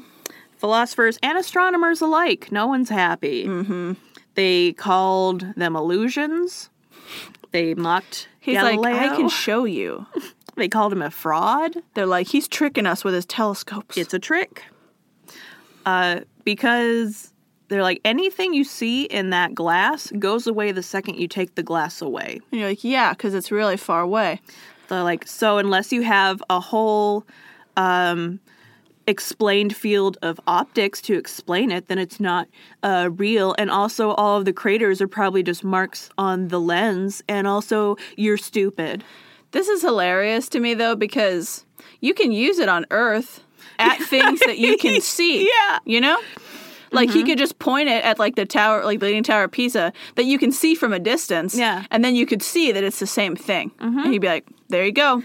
[SPEAKER 1] Philosophers and astronomers alike, no one's happy. Mm-hmm. They called them illusions. They mocked
[SPEAKER 2] He's
[SPEAKER 1] Galileo.
[SPEAKER 2] like, I can show you.
[SPEAKER 1] They called him a fraud.
[SPEAKER 2] They're like, he's tricking us with his telescopes.
[SPEAKER 1] It's a trick. Uh, because they're like, anything you see in that glass goes away the second you take the glass away.
[SPEAKER 2] and you're like, yeah, because it's really far away.
[SPEAKER 1] They're like, so unless you have a whole um, explained field of optics to explain it, then it's not uh, real. And also, all of the craters are probably just marks on the lens. And also, you're stupid.
[SPEAKER 2] This is hilarious to me though because you can use it on Earth at things that you can see.
[SPEAKER 1] Yeah.
[SPEAKER 2] You know? Like he could just point it at like the tower, like the leaning tower of Pisa, that you can see from a distance.
[SPEAKER 1] Yeah.
[SPEAKER 2] and then you could see that it's the same thing. And he'd be like, "There you go."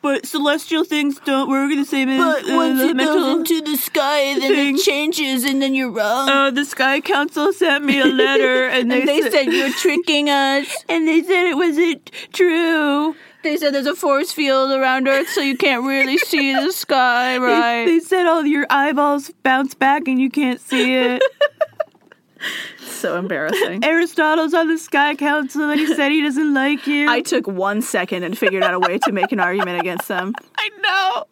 [SPEAKER 1] But celestial things don't work the same as uh,
[SPEAKER 2] the sky, then
[SPEAKER 1] it
[SPEAKER 2] changes, and then you're wrong.
[SPEAKER 1] uh, the Sky Council sent me a letter, and they,
[SPEAKER 2] and they said you're tricking us.
[SPEAKER 1] and they said it wasn't true.
[SPEAKER 2] They said there's a force field around Earth, so you can't really see the sky,
[SPEAKER 1] They-
[SPEAKER 2] right?
[SPEAKER 1] They, said all your eyeballs bounce back and you can't see it.
[SPEAKER 2] so embarrassing.
[SPEAKER 1] Aristotle's on the Sky Council, and he said he doesn't like you.
[SPEAKER 2] I took one second and figured out a way to make an argument against them.
[SPEAKER 1] I know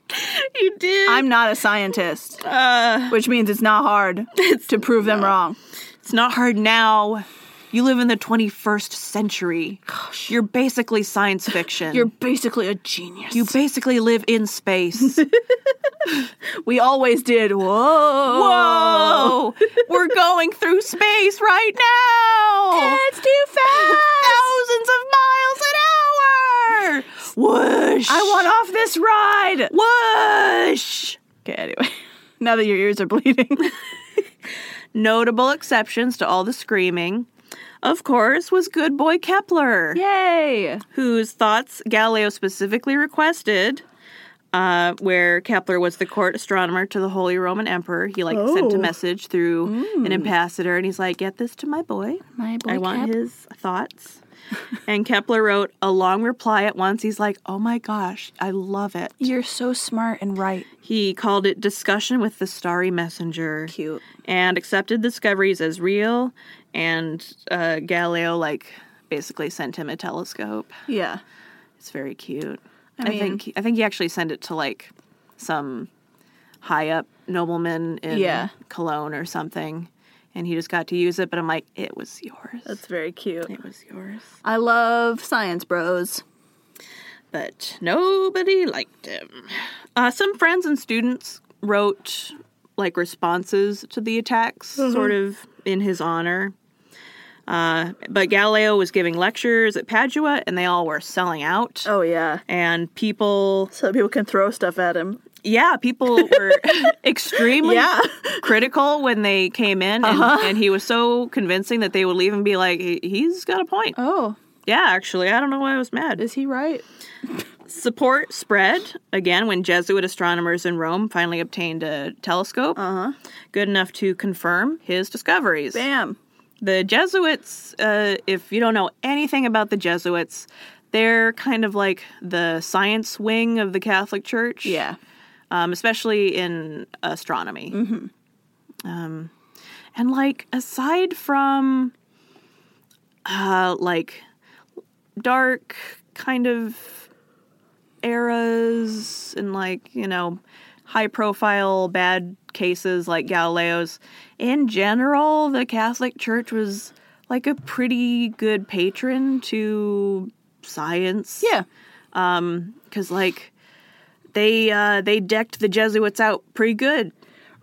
[SPEAKER 1] you did.
[SPEAKER 2] I'm not a scientist,
[SPEAKER 1] uh,
[SPEAKER 2] which means it's not hard to prove them wrong.
[SPEAKER 1] it's not hard now. You live in the 21st century. Gosh. You're basically science fiction.
[SPEAKER 2] You're basically a genius.
[SPEAKER 1] you basically live in space.
[SPEAKER 2] we always did. Whoa.
[SPEAKER 1] Whoa! We're going through space right now!
[SPEAKER 2] That's too
[SPEAKER 1] Thousands of miles an hour! Whoosh!
[SPEAKER 2] I want off this ride.
[SPEAKER 1] Whoosh!
[SPEAKER 2] Okay, anyway. Now that your ears are bleeding.
[SPEAKER 1] Notable exceptions to all the screaming, of course, was good boy Kepler,
[SPEAKER 2] Yay.
[SPEAKER 1] whose thoughts Galileo specifically requested. Uh, where Kepler was the court astronomer to the Holy Roman Emperor, he like sent a
[SPEAKER 2] Oh.
[SPEAKER 1] message through an ambassador, and he's like, "Get this to my boy."
[SPEAKER 2] My boy
[SPEAKER 1] I want
[SPEAKER 2] Cap.
[SPEAKER 1] his thoughts. and Kepler wrote a long reply at once. He's like, oh my gosh, I love it.
[SPEAKER 2] You're so smart and right.
[SPEAKER 1] He called it Discussion with the Starry Messenger.
[SPEAKER 2] Cute.
[SPEAKER 1] And accepted discoveries as real. And uh, Galileo, like, basically sent him a telescope.
[SPEAKER 2] Yeah.
[SPEAKER 1] It's very cute. I,
[SPEAKER 2] I mean-
[SPEAKER 1] think I think he actually sent it to like some high up nobleman in
[SPEAKER 2] Yeah.
[SPEAKER 1] Cologne or something, and he just got to use it. But I'm like, it was yours.
[SPEAKER 2] That's very cute.
[SPEAKER 1] it was yours.
[SPEAKER 2] I love science bros.
[SPEAKER 1] but nobody liked him. Uh, some friends and students wrote like responses to the attacks,
[SPEAKER 2] Mm-hmm.
[SPEAKER 1] sort of in his honor. Uh, but Galileo was giving lectures at Padua, and they all were selling out.
[SPEAKER 2] Oh, yeah.
[SPEAKER 1] And people,
[SPEAKER 2] So people can throw stuff at him.
[SPEAKER 1] yeah, people were extremely
[SPEAKER 2] Yeah. Uh-huh.
[SPEAKER 1] critical when they came in, and, and he was so convincing that they would leave and be like, "He- "He's got a point."
[SPEAKER 2] Oh,
[SPEAKER 1] Yeah, actually, I don't know why I was mad.
[SPEAKER 2] is he right?
[SPEAKER 1] Support spread again when Jesuit astronomers in Rome finally obtained a telescope good enough to confirm his discoveries.
[SPEAKER 2] Uh-huh. Bam.
[SPEAKER 1] The Jesuits, uh, if you don't know anything about the Jesuits, they're kind of like the science wing of the Catholic Church.
[SPEAKER 2] Yeah.
[SPEAKER 1] um, especially in astronomy. Mm-hmm. Um, and like aside from uh, like dark kind of eras and like you know high profile bad cases like Galileo's, in general the Catholic Church was like a pretty good patron to science
[SPEAKER 2] Yeah.
[SPEAKER 1] because like they uh, they decked the Jesuits out pretty good.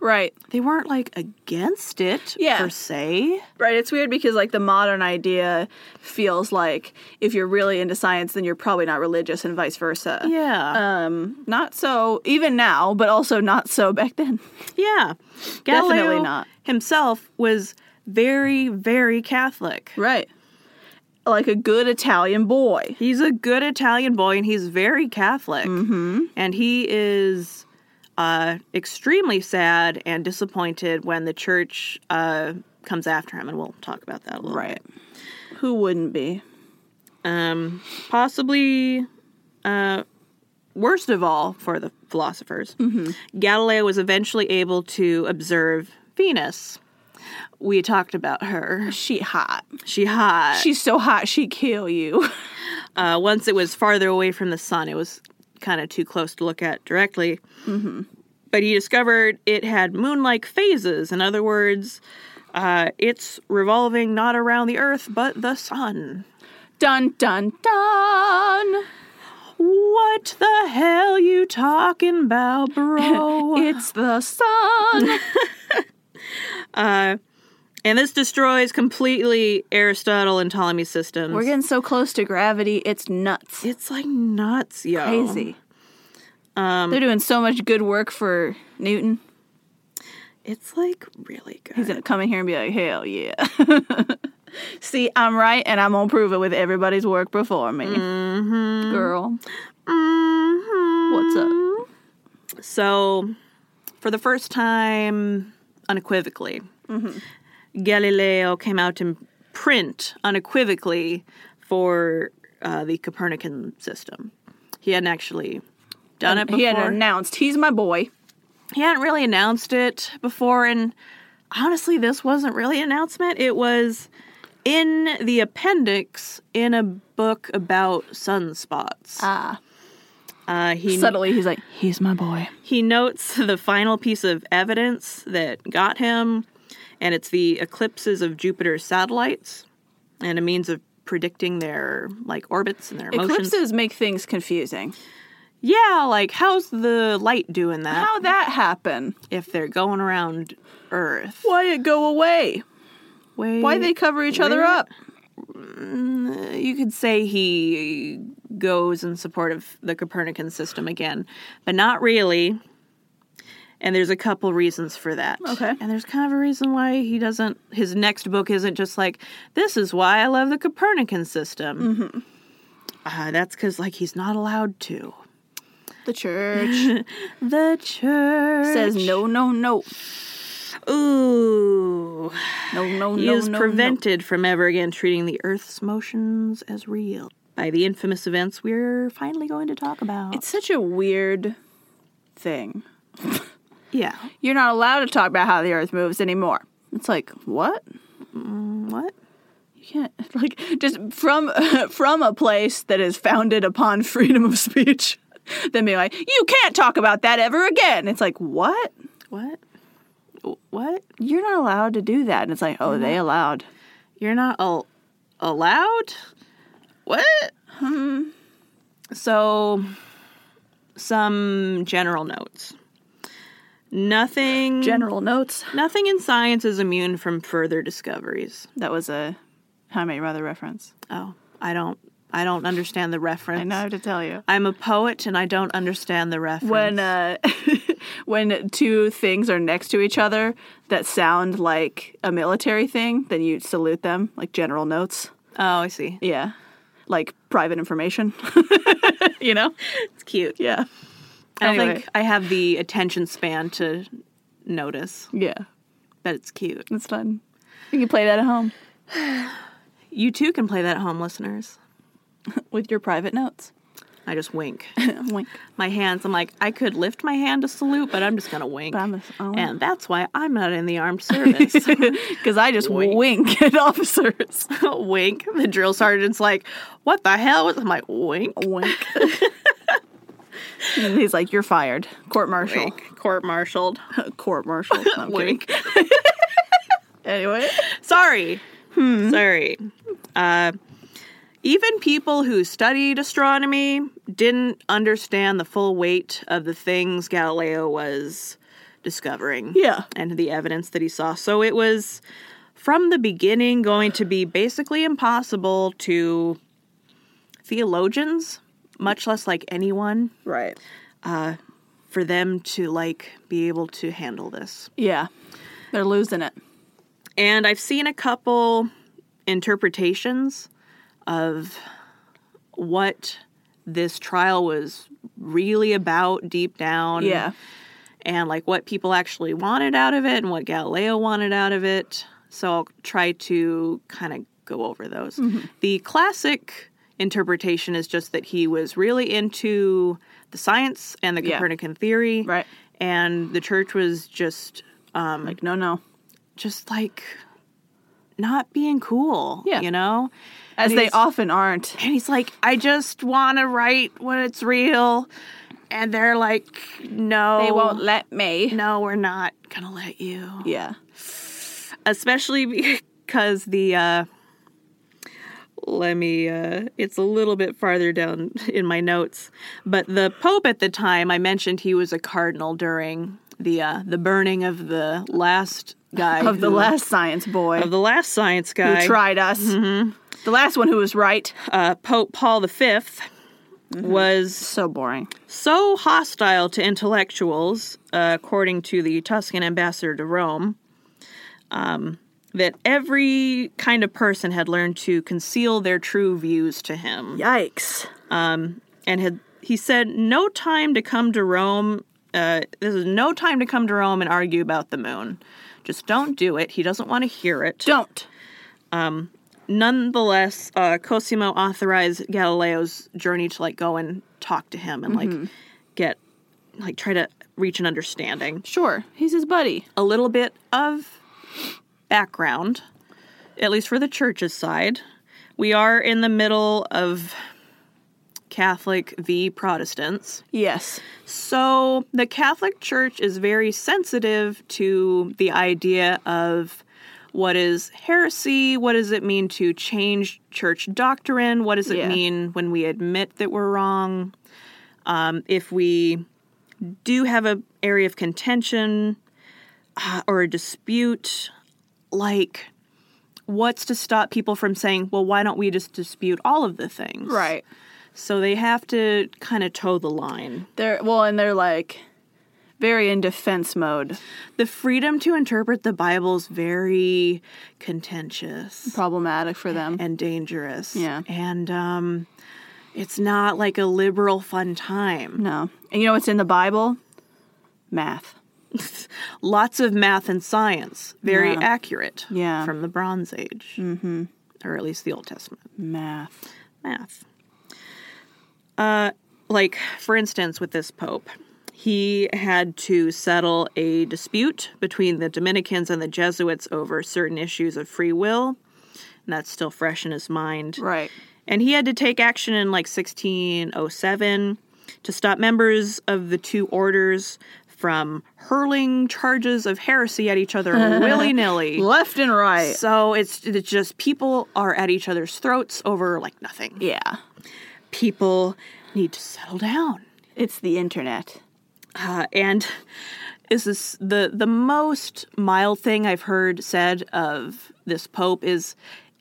[SPEAKER 2] Right.
[SPEAKER 1] They weren't like against it
[SPEAKER 2] Yeah.
[SPEAKER 1] per se.
[SPEAKER 2] Right, it's weird because like the modern idea feels like if you're really into science, then you're probably not religious, and vice versa.
[SPEAKER 1] Yeah,
[SPEAKER 2] Um, not so even now, but also not so back then.
[SPEAKER 1] yeah.
[SPEAKER 2] definitely
[SPEAKER 1] Galileo
[SPEAKER 2] not.
[SPEAKER 1] himself was very very Catholic.
[SPEAKER 2] Right, like a good Italian boy.
[SPEAKER 1] He's a good Italian boy and he's very Catholic. Mm-hmm. And he is uh, extremely sad and disappointed when the church uh, comes after him, and we'll talk about that a little bit.
[SPEAKER 2] who wouldn't be?
[SPEAKER 1] um, possibly uh, worst of all for the philosophers, Galileo was eventually able to observe Venus. We talked about her.
[SPEAKER 2] She hot.
[SPEAKER 1] She hot.
[SPEAKER 2] She's so hot she kill you.
[SPEAKER 1] uh, once it was farther away from the sun, it was kind of too close to look at directly. But he discovered it had moon like phases. In other words, uh, it's revolving not around the earth, but the sun.
[SPEAKER 2] dun dun dun.
[SPEAKER 1] What the hell you talking about, bro?
[SPEAKER 2] It's the sun.
[SPEAKER 1] and this destroys completely Aristotle and Ptolemy's systems.
[SPEAKER 2] We're getting so close to gravity. It's nuts.
[SPEAKER 1] it's like nuts, yo.
[SPEAKER 2] Crazy. Um, They're doing so much good work for Newton.
[SPEAKER 1] It's like really good.
[SPEAKER 2] He's gonna come in here and be like, "Hell yeah." See, I'm right, and I'm gonna prove it with everybody's work before me, Mm-hmm. girl. What's up?
[SPEAKER 1] So, for the first time, unequivocally,
[SPEAKER 2] Mm-hmm.
[SPEAKER 1] Galileo came out in print unequivocally for uh, the Copernican system. He hadn't actually done it before.
[SPEAKER 2] Um, He had announced he's my boy.
[SPEAKER 1] he hadn't really announced it before and honestly this wasn't really an announcement it was in the appendix in a book about sunspots
[SPEAKER 2] Ah.
[SPEAKER 1] uh, he,
[SPEAKER 2] Subtly, he's like, he's my boy.
[SPEAKER 1] he notes the final piece of evidence that got him and it's the eclipses of jupiter's satellites and a means of predicting their like orbits and their motions
[SPEAKER 2] Eclipses make things confusing.
[SPEAKER 1] yeah like how's the light doing that
[SPEAKER 2] How that happen?
[SPEAKER 1] if they're going around earth
[SPEAKER 2] Why it go away? Why
[SPEAKER 1] Wait.
[SPEAKER 2] they cover each other
[SPEAKER 1] Where-
[SPEAKER 2] up?
[SPEAKER 1] you could say he goes in support of the Copernican system again, but not really. And there's a couple reasons for that.
[SPEAKER 2] Okay.
[SPEAKER 1] And there's kind of a reason why he doesn't, his next book isn't just like, this is why I love the Copernican system. Mm-hmm. Uh, that's because, like, he's not allowed to.
[SPEAKER 2] The church
[SPEAKER 1] The church
[SPEAKER 2] says no, no, no,
[SPEAKER 1] Ooh.
[SPEAKER 2] no, no,
[SPEAKER 1] He
[SPEAKER 2] no,
[SPEAKER 1] is
[SPEAKER 2] no,
[SPEAKER 1] prevented from ever again treating the Earth's motions as real by the infamous events we're finally going to talk about.
[SPEAKER 2] No. It's such a weird thing.
[SPEAKER 1] yeah.
[SPEAKER 2] You're not allowed to talk about how the Earth moves anymore. It's like what?
[SPEAKER 1] What?
[SPEAKER 2] You can't like just from from a place that is founded upon freedom of speech. Then be like, you can't talk about that ever again. It's like what?
[SPEAKER 1] What? What?
[SPEAKER 2] You're not allowed to do that. And it's like, oh, they allowed.
[SPEAKER 1] You're not al- allowed? What? Hmm. So, some general notes. Nothing.
[SPEAKER 2] General notes.
[SPEAKER 1] nothing in science is immune from further discoveries.
[SPEAKER 2] That was a How I Met Your Mother reference.
[SPEAKER 1] Oh, I don't. I don't understand the reference.
[SPEAKER 2] I know how to tell you.
[SPEAKER 1] I'm a poet and I don't understand the reference.
[SPEAKER 2] when uh, when two things are next to each other that sound like a military thing, then you salute them like general notes.
[SPEAKER 1] oh, I see.
[SPEAKER 2] Yeah, like private information. you know?
[SPEAKER 1] It's cute.
[SPEAKER 2] Yeah.
[SPEAKER 1] I don't
[SPEAKER 2] Anyway.
[SPEAKER 1] think I have the attention span to notice
[SPEAKER 2] Yeah.
[SPEAKER 1] that it's cute.
[SPEAKER 2] It's fun. You can play that at home
[SPEAKER 1] You too can play that at home, listeners.
[SPEAKER 2] with your private notes.
[SPEAKER 1] I just wink.
[SPEAKER 2] Wink.
[SPEAKER 1] my hands. I'm like, I could lift my hand to salute, but I'm just gonna wink.
[SPEAKER 2] But I'm oh, a- I'll wink.
[SPEAKER 1] and that's why I'm not in the armed service.
[SPEAKER 2] Because I just
[SPEAKER 1] Wink.
[SPEAKER 2] wink. at officers.
[SPEAKER 1] wink. The drill sergeant's like, what the hell? I'm like, wink.
[SPEAKER 2] Wink. And he's like, you're fired. Court martial.
[SPEAKER 1] Court martialed.
[SPEAKER 2] Court martial.
[SPEAKER 1] Wink.
[SPEAKER 2] Anyway.
[SPEAKER 1] Sorry.
[SPEAKER 2] Hmm.
[SPEAKER 1] Sorry. Uh, even people who studied astronomy didn't understand the full weight of the things Galileo was discovering.
[SPEAKER 2] Yeah.
[SPEAKER 1] And the evidence that he saw. So it was from the beginning going to be basically impossible to theologians, much less like anyone,
[SPEAKER 2] Right.
[SPEAKER 1] for them to like be able to handle this.
[SPEAKER 2] Yeah. They're losing it.
[SPEAKER 1] And I've seen a couple interpretations of what this trial was really about deep down.
[SPEAKER 2] Yeah.
[SPEAKER 1] And like what people actually wanted out of it and what Galileo wanted out of it. So I'll try to kind of go over those.
[SPEAKER 2] Mm-hmm.
[SPEAKER 1] The classic interpretation is just that he was really into the science and the
[SPEAKER 2] Yeah.
[SPEAKER 1] Copernican theory.
[SPEAKER 2] Right.
[SPEAKER 1] And the church was just
[SPEAKER 2] Like, no, no.
[SPEAKER 1] just like not being cool.
[SPEAKER 2] Yeah.
[SPEAKER 1] You know?
[SPEAKER 2] As
[SPEAKER 1] And
[SPEAKER 2] they
[SPEAKER 1] he's-
[SPEAKER 2] often aren't.
[SPEAKER 1] And he's like, I just want to write when it's real. And they're like, no.
[SPEAKER 2] They won't let me.
[SPEAKER 1] No, we're not going to let you.
[SPEAKER 2] Yeah.
[SPEAKER 1] Especially because the, uh, let me, uh, it's a little bit farther down in my notes. But the Pope at the time, I mentioned he was a cardinal during the, uh, the burning of the last guy.
[SPEAKER 2] Of the
[SPEAKER 1] who-
[SPEAKER 2] last science boy
[SPEAKER 1] Of the last science guy.
[SPEAKER 2] who tried us. The last one who was right.
[SPEAKER 1] uh, Pope Paul V was
[SPEAKER 2] Mm-hmm. So boring.
[SPEAKER 1] so hostile to intellectuals, uh, according to the Tuscan ambassador to Rome, um, that every kind of person had learned to conceal their true views to him
[SPEAKER 2] Yikes.
[SPEAKER 1] and had he said no time to come to Rome. Uh, this is no time to come to Rome and argue about the moon. Just don't do it. He doesn't want to hear it.
[SPEAKER 2] Don't.
[SPEAKER 1] nonetheless, uh, Cosimo authorized Galileo's journey to like go and talk to him and like get like try to reach an understanding.
[SPEAKER 2] Sure. He's his buddy.
[SPEAKER 1] A little bit of background, at least for the church's side. We are in the middle of Catholic v Protestants.
[SPEAKER 2] Yes.
[SPEAKER 1] So the Catholic Church is very sensitive to the idea of what is heresy, what does it mean to change church doctrine, what does it
[SPEAKER 2] Yeah.
[SPEAKER 1] mean when we admit that we're wrong, um, if we do have a area of contention uh, or a dispute, like what's to stop people from saying, well, why don't we just dispute all of the things?
[SPEAKER 2] Right.
[SPEAKER 1] So they have to kind of toe the line.
[SPEAKER 2] They're well, and they're like very in defense mode.
[SPEAKER 1] The freedom to interpret the Bible is very contentious
[SPEAKER 2] Problematic for them.
[SPEAKER 1] and dangerous.
[SPEAKER 2] Yeah.
[SPEAKER 1] And um, it's not like a liberal fun time.
[SPEAKER 2] No. And you know what's in the Bible? Math.
[SPEAKER 1] Lots of math and science, very
[SPEAKER 2] Yeah.
[SPEAKER 1] accurate
[SPEAKER 2] Yeah.
[SPEAKER 1] from the Bronze Age, mm-hmm. or at least the Old Testament.
[SPEAKER 2] Math.
[SPEAKER 1] math. Uh, like, for instance, with this pope, he had to settle a dispute between the Dominicans and the Jesuits over certain issues of free will, and that's still fresh in his mind.
[SPEAKER 2] Right.
[SPEAKER 1] And he had to take action in like 1607 to stop members of the two orders from hurling charges of heresy at each other willy nilly.
[SPEAKER 2] Left and right.
[SPEAKER 1] So it's, it's just people are at each other's throats over like nothing
[SPEAKER 2] Yeah.
[SPEAKER 1] people need to settle down.
[SPEAKER 2] It's the internet.
[SPEAKER 1] Uh, and this is the the most mild thing I've heard said of this pope is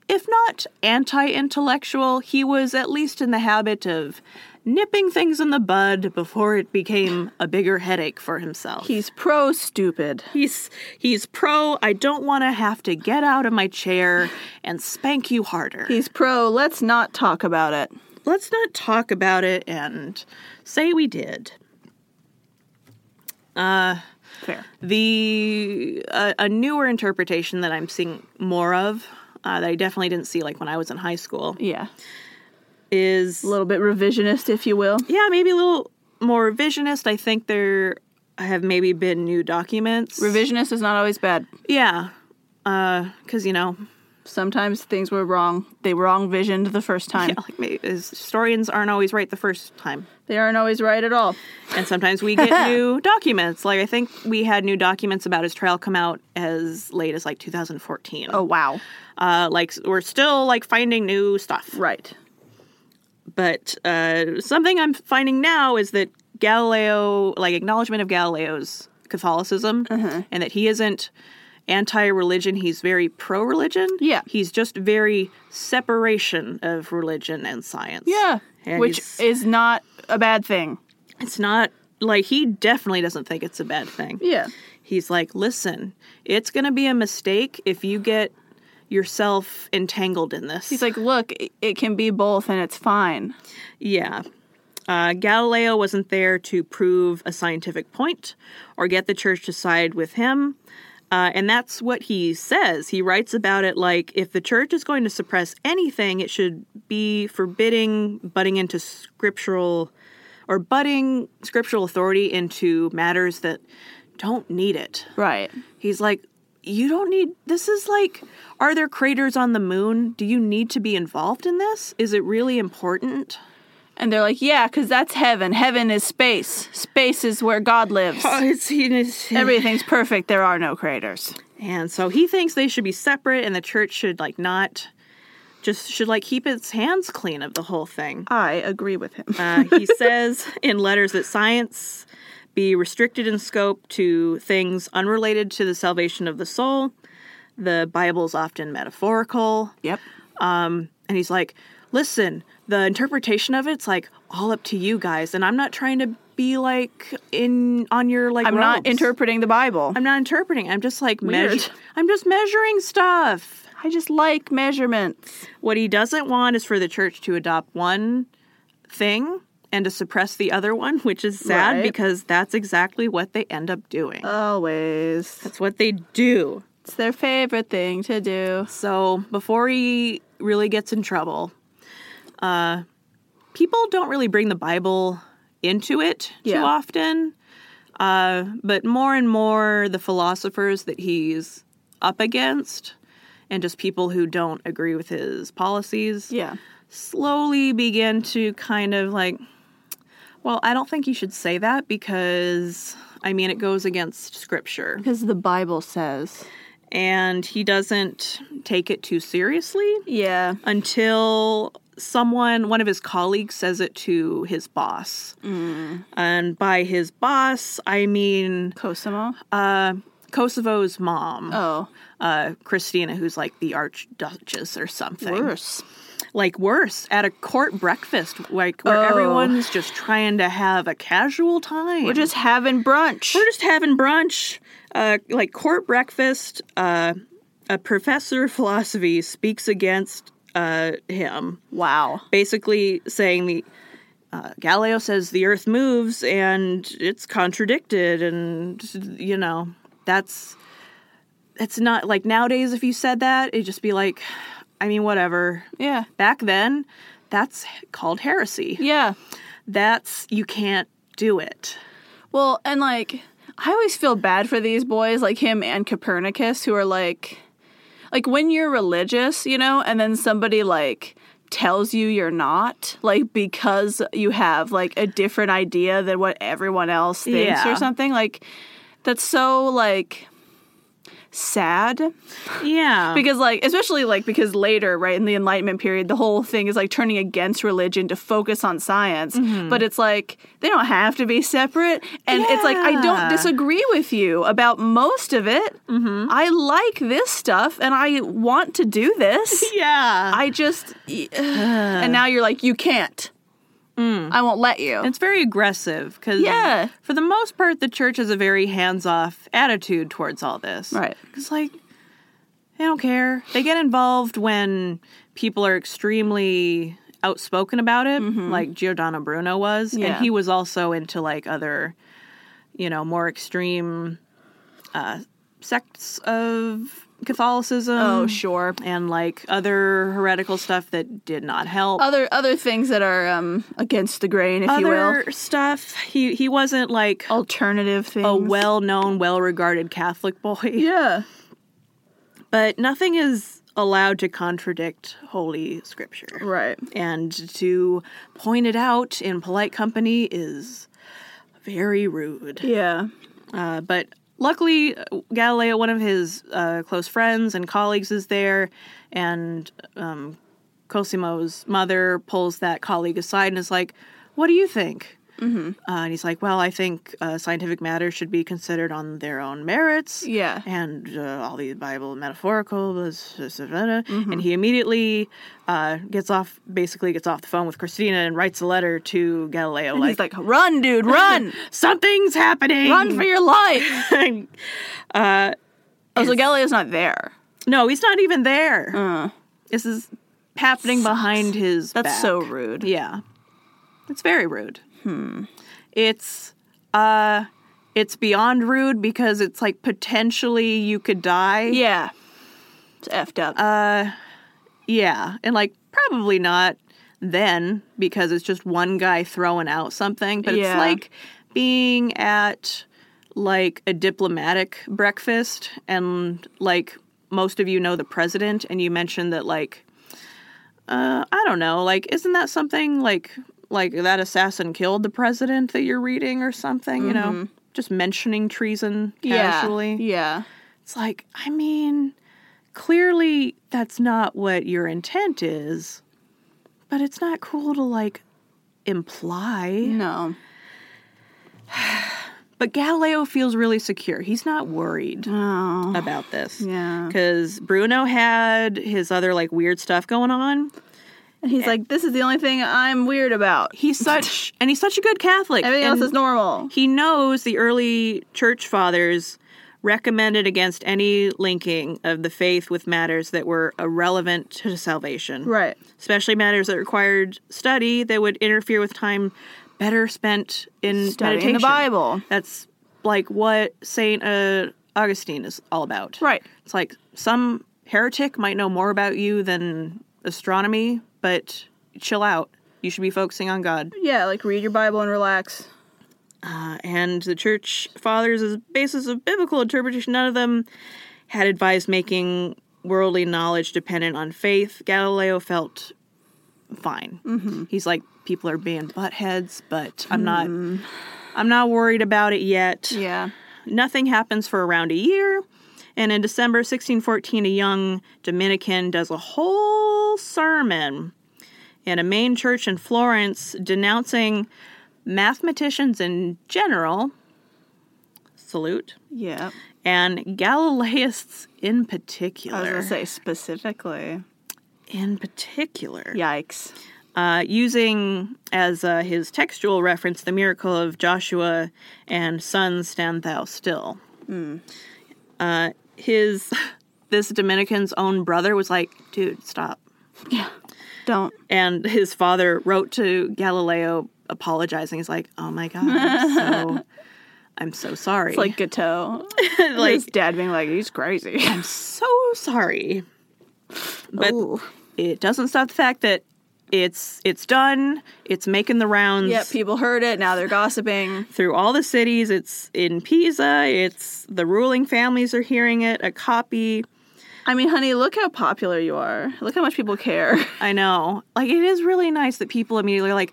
[SPEAKER 1] if not anti intellectual, he was at least in the habit of nipping things in the bud before it became a bigger headache for himself.
[SPEAKER 2] He's pro stupid.
[SPEAKER 1] He's he's pro I don't want to have to get out of my chair and spank you harder.
[SPEAKER 2] He's pro let's not talk about it.
[SPEAKER 1] Let's not talk about it and say we did.
[SPEAKER 2] Fair.
[SPEAKER 1] The uh, a newer interpretation that I'm seeing more of uh, that I definitely didn't see like when I was in high school
[SPEAKER 2] Yeah.
[SPEAKER 1] is
[SPEAKER 2] A little bit revisionist, if you will.
[SPEAKER 1] yeah maybe a little more revisionist. I think there have maybe been new documents.
[SPEAKER 2] Revisionist is not always bad.
[SPEAKER 1] yeah, because you know
[SPEAKER 2] Sometimes things were wrong. They wrong visioned the first time.
[SPEAKER 1] yeah, like maybe, is- historians aren't always right the first time.
[SPEAKER 2] They aren't always right at all.
[SPEAKER 1] And sometimes we get new documents. Like I think we had new documents about his trial come out as late as like 2014.
[SPEAKER 2] Oh, wow.
[SPEAKER 1] Uh, like we're still like finding new stuff.
[SPEAKER 2] Right.
[SPEAKER 1] But uh, something I'm finding now is that Galileo, like acknowledgement of Galileo's Catholicism,
[SPEAKER 2] Uh-huh.
[SPEAKER 1] and that he isn't anti-religion. He's very pro-religion.
[SPEAKER 2] Yeah.
[SPEAKER 1] He's just very separation of religion and science.
[SPEAKER 2] Yeah.
[SPEAKER 1] And
[SPEAKER 2] Which
[SPEAKER 1] he's-
[SPEAKER 2] is not a bad thing.
[SPEAKER 1] it's not like he definitely doesn't think it's a bad thing.
[SPEAKER 2] Yeah.
[SPEAKER 1] He's like, listen, it's going to be a mistake if you get yourself entangled in this.
[SPEAKER 2] He's like, look, it- it can be both and it's fine.
[SPEAKER 1] yeah. Uh, Galileo wasn't there to prove a scientific point or get the church to side with him. Uh, and that's what he says. He writes about it like if the church is going to suppress anything, it should be forbidding butting into scriptural or butting scriptural authority into matters that don't need it.
[SPEAKER 2] Right.
[SPEAKER 1] He's like, You don't need this is like, are there craters on the moon? Do you need to be involved in this? Is it really important?
[SPEAKER 2] And they're like, yeah, because that's heaven. Heaven is space. Space is where God lives.
[SPEAKER 1] it's,
[SPEAKER 2] Everything's perfect. There are no craters.
[SPEAKER 1] and so he thinks they should be separate and the church should like not just should like keep its hands clean of the whole thing.
[SPEAKER 2] I agree with him.
[SPEAKER 1] Uh, he says in letters that science be restricted in scope to things unrelated to the salvation of the soul. The Bible's often metaphorical.
[SPEAKER 2] yep.
[SPEAKER 1] and he's like, "Listen, the interpretation of it's like all up to you guys, and I'm not trying to be like in on your like.
[SPEAKER 2] I'm not
[SPEAKER 1] robes.
[SPEAKER 2] interpreting the Bible.
[SPEAKER 1] I'm not interpreting. I'm just like measure.
[SPEAKER 2] Weird.
[SPEAKER 1] I'm just measuring stuff.
[SPEAKER 2] I just like measurements.
[SPEAKER 1] What he doesn't want is for the church to adopt one thing." And to suppress the other one, which is sad
[SPEAKER 2] Right.
[SPEAKER 1] because that's exactly what they end up doing.
[SPEAKER 2] Always.
[SPEAKER 1] That's what they do.
[SPEAKER 2] It's their favorite thing to do.
[SPEAKER 1] So before he really gets in trouble, uh, people don't really bring the Bible into it
[SPEAKER 2] Yeah.
[SPEAKER 1] too often. Uh, but more and more, the philosophers that he's up against, and just people who don't agree with his policies,
[SPEAKER 2] Yeah.
[SPEAKER 1] slowly begin to kind of like, well, I don't think you should say that because, I mean, it goes against scripture.
[SPEAKER 2] Because the Bible says.
[SPEAKER 1] And he doesn't take it too seriously
[SPEAKER 2] Yeah.
[SPEAKER 1] until someone, one of his colleagues, says it to his boss. And by his boss, I mean
[SPEAKER 2] Cosimo?
[SPEAKER 1] uh, Kosovo's mom,
[SPEAKER 2] Oh.
[SPEAKER 1] uh, Christina, who's like the archduchess or something.
[SPEAKER 2] Worse.
[SPEAKER 1] Like worse, at a court breakfast, like where
[SPEAKER 2] Oh.
[SPEAKER 1] everyone's just trying to have a casual time.
[SPEAKER 2] We're just having brunch.
[SPEAKER 1] We're just having brunch, uh, like court breakfast. Uh, a professor of philosophy speaks against uh, him.
[SPEAKER 2] Wow.
[SPEAKER 1] basically saying the uh, Galileo says the Earth moves and it's contradicted, and you know that's it's not like nowadays. If you said that, it'd just be like, I mean, whatever.
[SPEAKER 2] Yeah.
[SPEAKER 1] Back then, that's called heresy.
[SPEAKER 2] Yeah.
[SPEAKER 1] That's you can't do it.
[SPEAKER 2] Well, and like I always feel bad for these boys like him and Copernicus who are like like when you're religious, you know, and then somebody like tells you you're not, like because you have like a different idea than what everyone else thinks
[SPEAKER 1] Yeah.
[SPEAKER 2] or something, like that's so like sad
[SPEAKER 1] Yeah.
[SPEAKER 2] because like especially like because later right in the enlightenment period the whole thing is like turning against religion to focus on science
[SPEAKER 1] Mm-hmm.
[SPEAKER 2] but it's like they don't have to be separate and it's like i don't
[SPEAKER 1] Yeah. Mm-hmm.
[SPEAKER 2] disagree with you about most of it i like this stuff and i want to do this
[SPEAKER 1] yeah.
[SPEAKER 2] i just and now you're like you can't
[SPEAKER 1] Mm.
[SPEAKER 2] i won't let you
[SPEAKER 1] It's very aggressive because,
[SPEAKER 2] Yeah.
[SPEAKER 1] for the most part, the church has a very hands off attitude towards all this.
[SPEAKER 2] Right.
[SPEAKER 1] Because, like, they don't care. They get involved when people are extremely outspoken about it, like Giordano Bruno was.
[SPEAKER 2] Mm-hmm. Yeah.
[SPEAKER 1] And he was also into, like, other, you know, more extreme uh, sects of Catholicism.
[SPEAKER 2] oh sure
[SPEAKER 1] And, like, other heretical stuff that did not help
[SPEAKER 2] other other things that are um against the grain if you will
[SPEAKER 1] other stuff. He he wasn't like
[SPEAKER 2] alternative things
[SPEAKER 1] a well-known, well-regarded Catholic boy,
[SPEAKER 2] yeah
[SPEAKER 1] but nothing is allowed to contradict holy scripture.
[SPEAKER 2] right
[SPEAKER 1] And to point it out in polite company is very rude.
[SPEAKER 2] Yeah.
[SPEAKER 1] Uh, but luckily, uh, Galileo, one of his uh, close friends and colleagues, is there, and um, Cosimo's mother pulls that colleague aside and is like, "What do you think?" Mm-hmm. Uh, and he's like, "Well, I think uh, scientific matters should be considered on their own merits."
[SPEAKER 2] Yeah.
[SPEAKER 1] and uh, all the Bible metaphorical, blah, blah, blah, blah, blah.
[SPEAKER 2] Mm-hmm.
[SPEAKER 1] and he immediately uh, gets off, basically gets off the phone with Christina and writes a letter to Galileo,
[SPEAKER 2] And
[SPEAKER 1] like,
[SPEAKER 2] he's like, run, dude, run.
[SPEAKER 1] something's happening.
[SPEAKER 2] run for your life. Oh, so Galileo's not there.
[SPEAKER 1] no, he's not even there. This is happening behind his.
[SPEAKER 2] Uh. That's
[SPEAKER 1] back.
[SPEAKER 2] so rude.
[SPEAKER 1] Yeah, it's very rude. Hmm. It's uh, it's beyond rude because it's like potentially you could die.
[SPEAKER 2] Yeah. It's effed up.
[SPEAKER 1] Yeah, and like probably not then because it's just one guy throwing out something, but
[SPEAKER 2] Yeah.
[SPEAKER 1] it's like being at like a diplomatic breakfast and like most of you know the president and you mentioned that like uh I don't know, like isn't that something like like that assassin killed the president that you're reading or something, you know? Just mentioning treason casually.
[SPEAKER 2] Mm-hmm. Yeah.
[SPEAKER 1] It's like, I mean, clearly that's not what your intent is, but it's not cool to like
[SPEAKER 2] Yeah.
[SPEAKER 1] imply.
[SPEAKER 2] No.
[SPEAKER 1] But Galileo feels really secure. He's not worried
[SPEAKER 2] Oh.
[SPEAKER 1] about this.
[SPEAKER 2] Yeah.
[SPEAKER 1] Because Bruno had his other like weird stuff going on.
[SPEAKER 2] And he's like, this is the only thing I'm weird about.
[SPEAKER 1] He's such, and he's such a good Catholic.
[SPEAKER 2] Everything
[SPEAKER 1] And-
[SPEAKER 2] else is normal.
[SPEAKER 1] he knows the early church fathers recommended against any linking of the faith with matters that were irrelevant to salvation.
[SPEAKER 2] Right.
[SPEAKER 1] Especially matters that required study that would interfere with time better spent in
[SPEAKER 2] Studying
[SPEAKER 1] meditation.
[SPEAKER 2] the Bible.
[SPEAKER 1] That's like what Saint uh, Augustine is all about.
[SPEAKER 2] Right.
[SPEAKER 1] It's like some heretic might know more about you than astronomy, but chill out. You should be focusing on God.
[SPEAKER 2] Yeah, like read your Bible and relax.
[SPEAKER 1] Uh, and the church fathers, as basis of biblical interpretation, none of them had advised making worldly knowledge dependent on faith. Galileo felt fine. He's like, people are being buttheads, but I'm not. I'm not worried about it yet.
[SPEAKER 2] Yeah.
[SPEAKER 1] Nothing happens for around a year. And in December 1614, a young Dominican does a whole sermon in a main church in Florence denouncing mathematicians in general, salute,
[SPEAKER 2] Yeah.
[SPEAKER 1] and Galileists in
[SPEAKER 2] I was
[SPEAKER 1] particular.
[SPEAKER 2] going to say specifically.
[SPEAKER 1] in particular
[SPEAKER 2] Yikes.
[SPEAKER 1] uh, using as uh, his textual reference the miracle of Joshua and son stand thou still.
[SPEAKER 2] Hmm.
[SPEAKER 1] Uh, his this Dominican's own brother was like, dude, stop.
[SPEAKER 2] Yeah. Don't.
[SPEAKER 1] And his father wrote to Galileo apologizing. He's like, oh my god, I'm so I'm so sorry.
[SPEAKER 2] It's like Gateau.
[SPEAKER 1] Like,
[SPEAKER 2] His dad being like, he's crazy.
[SPEAKER 1] I'm so sorry. But
[SPEAKER 2] Ooh.
[SPEAKER 1] it doesn't stop the fact that it's it's done. It's making the rounds.
[SPEAKER 2] Yeah, people heard it. Now they're gossiping.
[SPEAKER 1] through all the cities. It's in Pisa. It's the ruling families are hearing it. A copy.
[SPEAKER 2] I mean, honey, look how popular you are. Look how much people care.
[SPEAKER 1] I know. Like it is really nice that people immediately are like,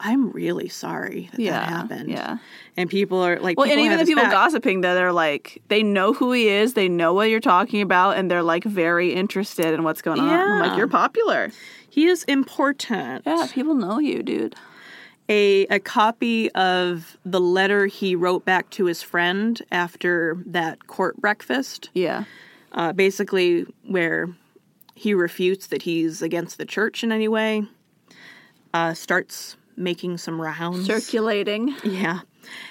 [SPEAKER 1] I'm really sorry that
[SPEAKER 2] Yeah,
[SPEAKER 1] that happened.
[SPEAKER 2] yeah.
[SPEAKER 1] And people are like,
[SPEAKER 2] Well, and
[SPEAKER 1] have
[SPEAKER 2] even the
[SPEAKER 1] his
[SPEAKER 2] people
[SPEAKER 1] back.
[SPEAKER 2] gossiping that are like, they know who he is, they know what you're talking about, and they're like very interested in what's going on. I'm
[SPEAKER 1] Yeah.
[SPEAKER 2] like, you're popular.
[SPEAKER 1] He is important.
[SPEAKER 2] Yeah, people know you, dude.
[SPEAKER 1] a a copy of the letter he wrote back to his friend after that court breakfast,
[SPEAKER 2] Yeah.
[SPEAKER 1] uh, basically where he refutes that he's against the church in any way. Uh, starts making some rounds,
[SPEAKER 2] Circulating.
[SPEAKER 1] yeah,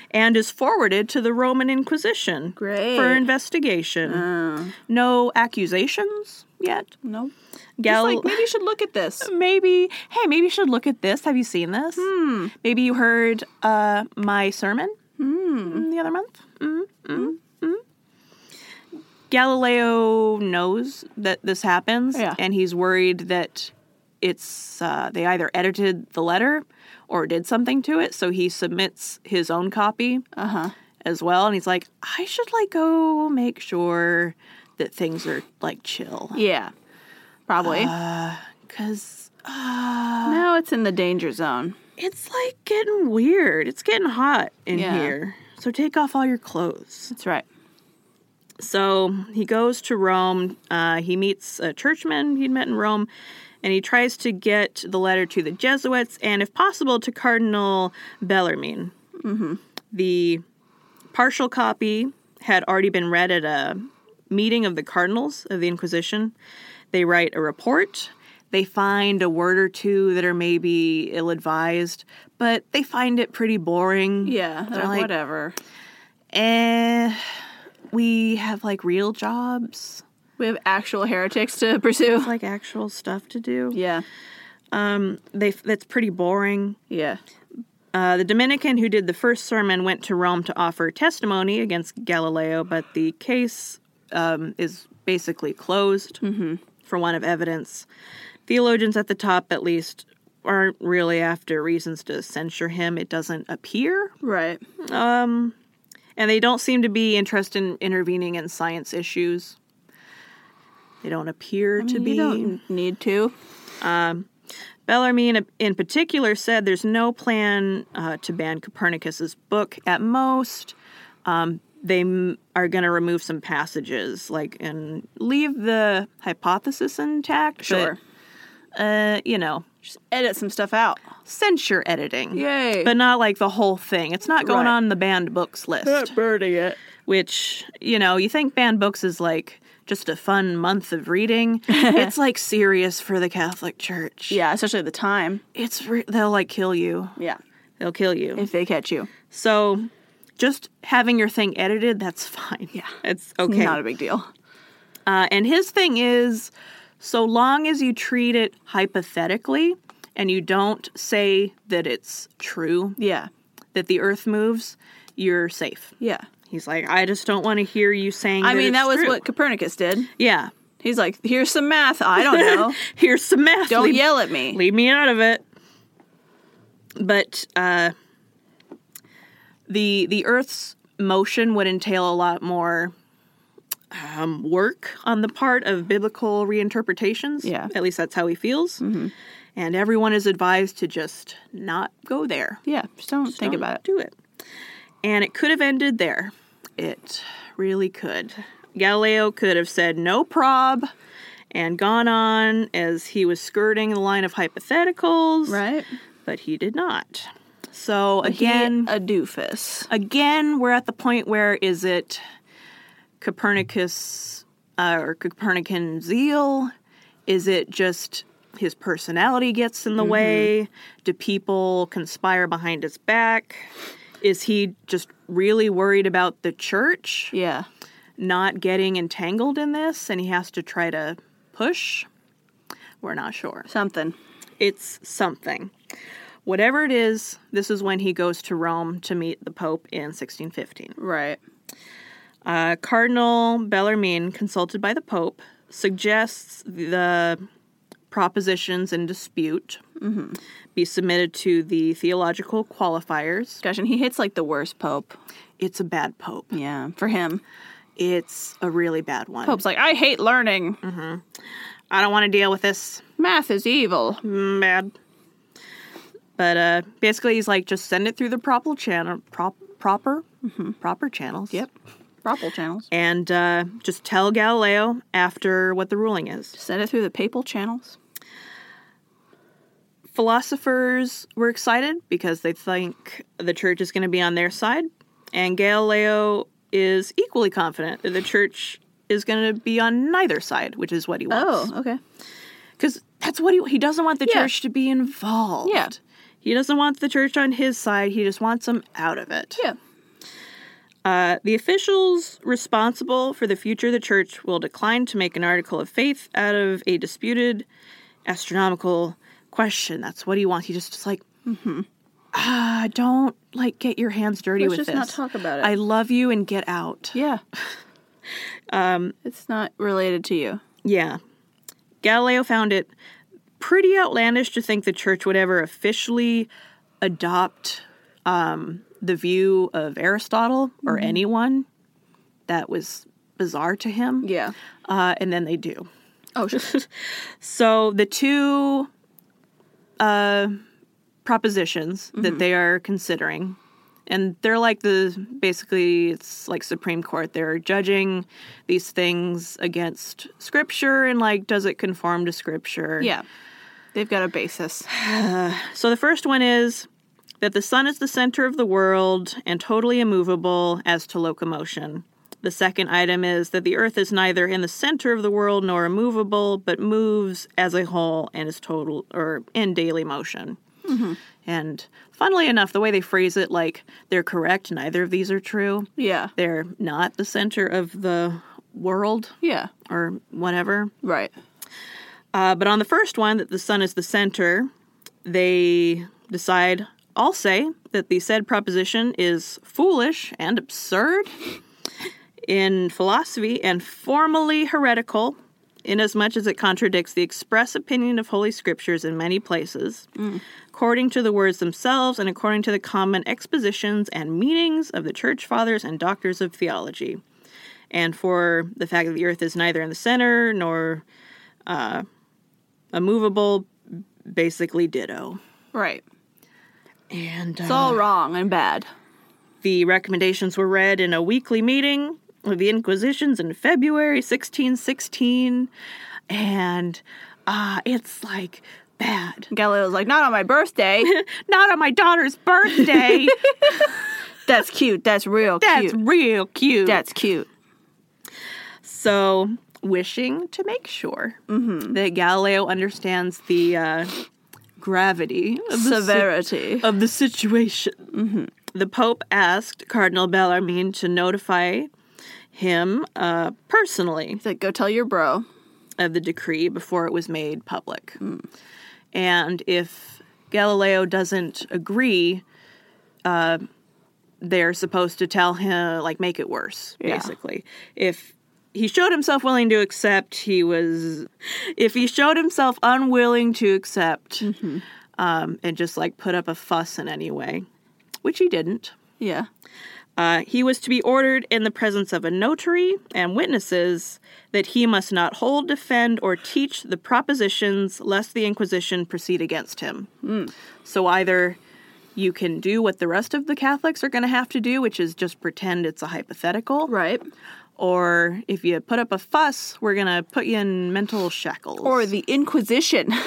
[SPEAKER 1] and is forwarded to the Roman Inquisition
[SPEAKER 2] Great. Uh-huh. Oh.
[SPEAKER 1] for investigation. No accusations yet.
[SPEAKER 2] Nope.
[SPEAKER 1] Gal-
[SPEAKER 2] Just like, maybe you should look at this.
[SPEAKER 1] maybe hey maybe you should look at this have you seen this
[SPEAKER 2] Hmm.
[SPEAKER 1] maybe you heard uh, my sermon
[SPEAKER 2] Hmm.
[SPEAKER 1] mm, the other month mm, mm, mm. galileo knows that this happens
[SPEAKER 2] Yeah.
[SPEAKER 1] and he's worried that it's uh, they either edited the letter or did something to it so he submits his own copy
[SPEAKER 2] Uh-huh.
[SPEAKER 1] as well and he's like i should like go make sure that things are like chill
[SPEAKER 2] Yeah. Probably.
[SPEAKER 1] because
[SPEAKER 2] now it's in the danger zone.
[SPEAKER 1] It's like getting weird. It's getting hot in
[SPEAKER 2] Yeah.
[SPEAKER 1] here. So take off all your clothes.
[SPEAKER 2] That's right.
[SPEAKER 1] So he goes to Rome. Uh, he meets a churchman he'd met in Rome, and he tries to get the letter to the Jesuits and, if possible, to Cardinal Bellarmine. Mm-hmm. The partial copy had already been read at a meeting of the cardinals of the Inquisition. They write a report. They find a word or two that are maybe ill advised, but they find it pretty boring.
[SPEAKER 2] Yeah.
[SPEAKER 1] They're
[SPEAKER 2] uh,
[SPEAKER 1] like,
[SPEAKER 2] whatever.
[SPEAKER 1] eh, we have like real jobs,
[SPEAKER 2] We have actual heretics to pursue.
[SPEAKER 1] like actual stuff to do.
[SPEAKER 2] Yeah.
[SPEAKER 1] Um, they that's pretty boring.
[SPEAKER 2] Yeah.
[SPEAKER 1] Uh, the Dominican who did the first sermon went to Rome to offer testimony against Galileo, but the case um, is basically closed for want of evidence. Theologians at the top, at least, aren't really after reasons to censure him. It doesn't appear.
[SPEAKER 2] Right.
[SPEAKER 1] And they don't seem to be interested in intervening in science issues. They don't appear to be.
[SPEAKER 2] You don't need to.
[SPEAKER 1] Bellarmine, in- in particular, said there's no plan uh, to ban Copernicus's book. At most, um, they m- are going to remove some passages, like and leave the hypothesis intact. but,
[SPEAKER 2] Sure.
[SPEAKER 1] uh, you know,
[SPEAKER 2] Just edit some stuff out.
[SPEAKER 1] censure editing.
[SPEAKER 2] Yay.
[SPEAKER 1] But not like the whole thing. It's not going
[SPEAKER 2] Right.
[SPEAKER 1] on the banned books list,
[SPEAKER 2] burning it.
[SPEAKER 1] which you know you think banned books is like just a fun month of reading. it's like serious for the Catholic Church.
[SPEAKER 2] Yeah, especially at the time.
[SPEAKER 1] It's re- they'll like kill you.
[SPEAKER 2] Yeah.
[SPEAKER 1] They'll kill you.
[SPEAKER 2] If they catch you.
[SPEAKER 1] So just having your thing edited, that's fine.
[SPEAKER 2] Yeah.
[SPEAKER 1] It's okay.
[SPEAKER 2] Not a big deal.
[SPEAKER 1] uh, and his thing is so long as you treat it hypothetically and you don't say that it's true,
[SPEAKER 2] Yeah.
[SPEAKER 1] that the earth moves, you're safe.
[SPEAKER 2] Yeah.
[SPEAKER 1] He's like, I just don't want to hear you saying
[SPEAKER 2] I mean,
[SPEAKER 1] it's
[SPEAKER 2] that was
[SPEAKER 1] true."
[SPEAKER 2] what Copernicus did.
[SPEAKER 1] Yeah.
[SPEAKER 2] He's like, here's some math. I don't know.
[SPEAKER 1] Here's some math.
[SPEAKER 2] don't
[SPEAKER 1] Leave-
[SPEAKER 2] yell at me.
[SPEAKER 1] leave me out of it. But uh, the the Earth's motion would entail a lot more um, work on the part of biblical reinterpretations.
[SPEAKER 2] Yeah.
[SPEAKER 1] at least that's how he feels. And everyone is advised to just not go there.
[SPEAKER 2] Yeah. Just don't think
[SPEAKER 1] Don't
[SPEAKER 2] about it.
[SPEAKER 1] Do it. And it could have ended there. It really could. Galileo could have said no prob and gone on as he was skirting the line of hypotheticals,
[SPEAKER 2] Right?
[SPEAKER 1] but he did not. So again,
[SPEAKER 2] Again, a doofus.
[SPEAKER 1] again we're at the point where is it Copernicus uh, or Copernican zeal? Is it just his personality gets in the
[SPEAKER 2] Mm-hmm.
[SPEAKER 1] way? Do people conspire behind his back? Is he just really worried about the church
[SPEAKER 2] Yeah.
[SPEAKER 1] not getting entangled in this and he has to try to push? We're not sure.
[SPEAKER 2] Something.
[SPEAKER 1] It's something. Whatever it is, this is when he goes to Rome to meet the Pope in 1615.
[SPEAKER 2] Right.
[SPEAKER 1] Uh, Cardinal Bellarmine, consulted by the Pope, suggests the propositions in dispute be submitted to the theological qualifiers.
[SPEAKER 2] Gosh, and he hits like the worst pope.
[SPEAKER 1] It's a bad Pope.
[SPEAKER 2] Yeah. For him.
[SPEAKER 1] It's a really bad one.
[SPEAKER 2] Pope's like, I hate learning.
[SPEAKER 1] I don't want to deal with this.
[SPEAKER 2] Mm-hmm. Math is evil.
[SPEAKER 1] Mm, Bad. But uh, basically, he's like, just send it through the proper channel, prop, proper, proper channels.
[SPEAKER 2] Yep. Propel channels.
[SPEAKER 1] And uh, just tell Galileo after what the ruling is.
[SPEAKER 2] Send it through the papal channels.
[SPEAKER 1] philosophers were excited because they think the church is going to be on their side, and Galileo is equally confident that the church is going to be on neither side, which is what he wants.
[SPEAKER 2] okay.
[SPEAKER 1] because that's what he he doesn't want the
[SPEAKER 2] Oh. Yeah.
[SPEAKER 1] church to be involved.
[SPEAKER 2] Yeah.
[SPEAKER 1] He doesn't want the church on his side. He just wants them out of it.
[SPEAKER 2] Yeah.
[SPEAKER 1] Uh, the officials responsible for the future of the church will decline to make an article of faith out of a disputed astronomical question. That's what he wants. He just, just like, mm-hmm. ah, don't like get your hands dirty
[SPEAKER 2] Let's
[SPEAKER 1] with
[SPEAKER 2] just
[SPEAKER 1] this.
[SPEAKER 2] not talk about it.
[SPEAKER 1] I love you and get out.
[SPEAKER 2] Yeah. um, it's not related to you.
[SPEAKER 1] Yeah. Galileo found it pretty outlandish to think the church would ever officially adopt um, the view of Aristotle or
[SPEAKER 2] Mm-hmm.
[SPEAKER 1] anyone. That was bizarre to him.
[SPEAKER 2] Yeah.
[SPEAKER 1] Uh, and then they do.
[SPEAKER 2] Oh, shit.
[SPEAKER 1] So the two uh, propositions that they are considering, and they're like the basically it's like Supreme Court. They're judging these things against Scripture and like does it conform to Scripture?
[SPEAKER 2] yeah. They've got a basis.
[SPEAKER 1] So the first one is that the sun is the center of the world and totally immovable as to locomotion. The second item is that the earth is neither in the center of the world nor immovable, but moves as a whole and is total or in daily motion. And funnily enough, the way they phrase it, like they're correct, neither of these are true.
[SPEAKER 2] Yeah.
[SPEAKER 1] They're not the center of the world
[SPEAKER 2] Yeah.
[SPEAKER 1] or whatever.
[SPEAKER 2] Right.
[SPEAKER 1] Uh, but on the first one, that the sun is the center, they decide, I'll say, that the said proposition is foolish and absurd in philosophy and formally heretical, inasmuch as it contradicts the express opinion of Holy Scriptures in many places, according to the words themselves and according to the common expositions and meanings of the Church Fathers and Doctors of Theology. And for the fact that the earth is neither in the center nor immovable, basically ditto.
[SPEAKER 2] Right.
[SPEAKER 1] And
[SPEAKER 2] It's all wrong and bad.
[SPEAKER 1] the recommendations were read in a weekly meeting of the Inquisitions in February 1616. And uh, it's like bad.
[SPEAKER 2] Galileo's like, not on my birthday.
[SPEAKER 1] Not on my daughter's birthday.
[SPEAKER 2] That's cute. That's real
[SPEAKER 1] That's
[SPEAKER 2] cute.
[SPEAKER 1] real cute.
[SPEAKER 2] That's cute.
[SPEAKER 1] So, wishing to make sure
[SPEAKER 2] Mm-hmm.
[SPEAKER 1] that Galileo understands the uh, gravity of the si-
[SPEAKER 2] Severity.
[SPEAKER 1] of the situation. Mm-hmm. The Pope asked Cardinal Bellarmine to notify him uh, personally
[SPEAKER 2] He's like, go tell your bro.
[SPEAKER 1] of the decree before it was made public. And if Galileo doesn't agree, uh, they're supposed to tell him, like, make it worse,
[SPEAKER 2] Yeah.
[SPEAKER 1] basically. If he showed himself willing to accept, he was. If he showed himself unwilling to accept um, and just, like, put up a fuss in any way, which he didn't.
[SPEAKER 2] Yeah.
[SPEAKER 1] Uh, he was to be ordered in the presence of a notary and witnesses that he must not hold, defend, or teach the propositions lest the Inquisition proceed against him.
[SPEAKER 2] Hmm.
[SPEAKER 1] So either you can do what the rest of the Catholics are going to have to do, which is just pretend it's a hypothetical,
[SPEAKER 2] Right.
[SPEAKER 1] or if you put up a fuss, we're going to put you in mental shackles.
[SPEAKER 2] Or the Inquisition, which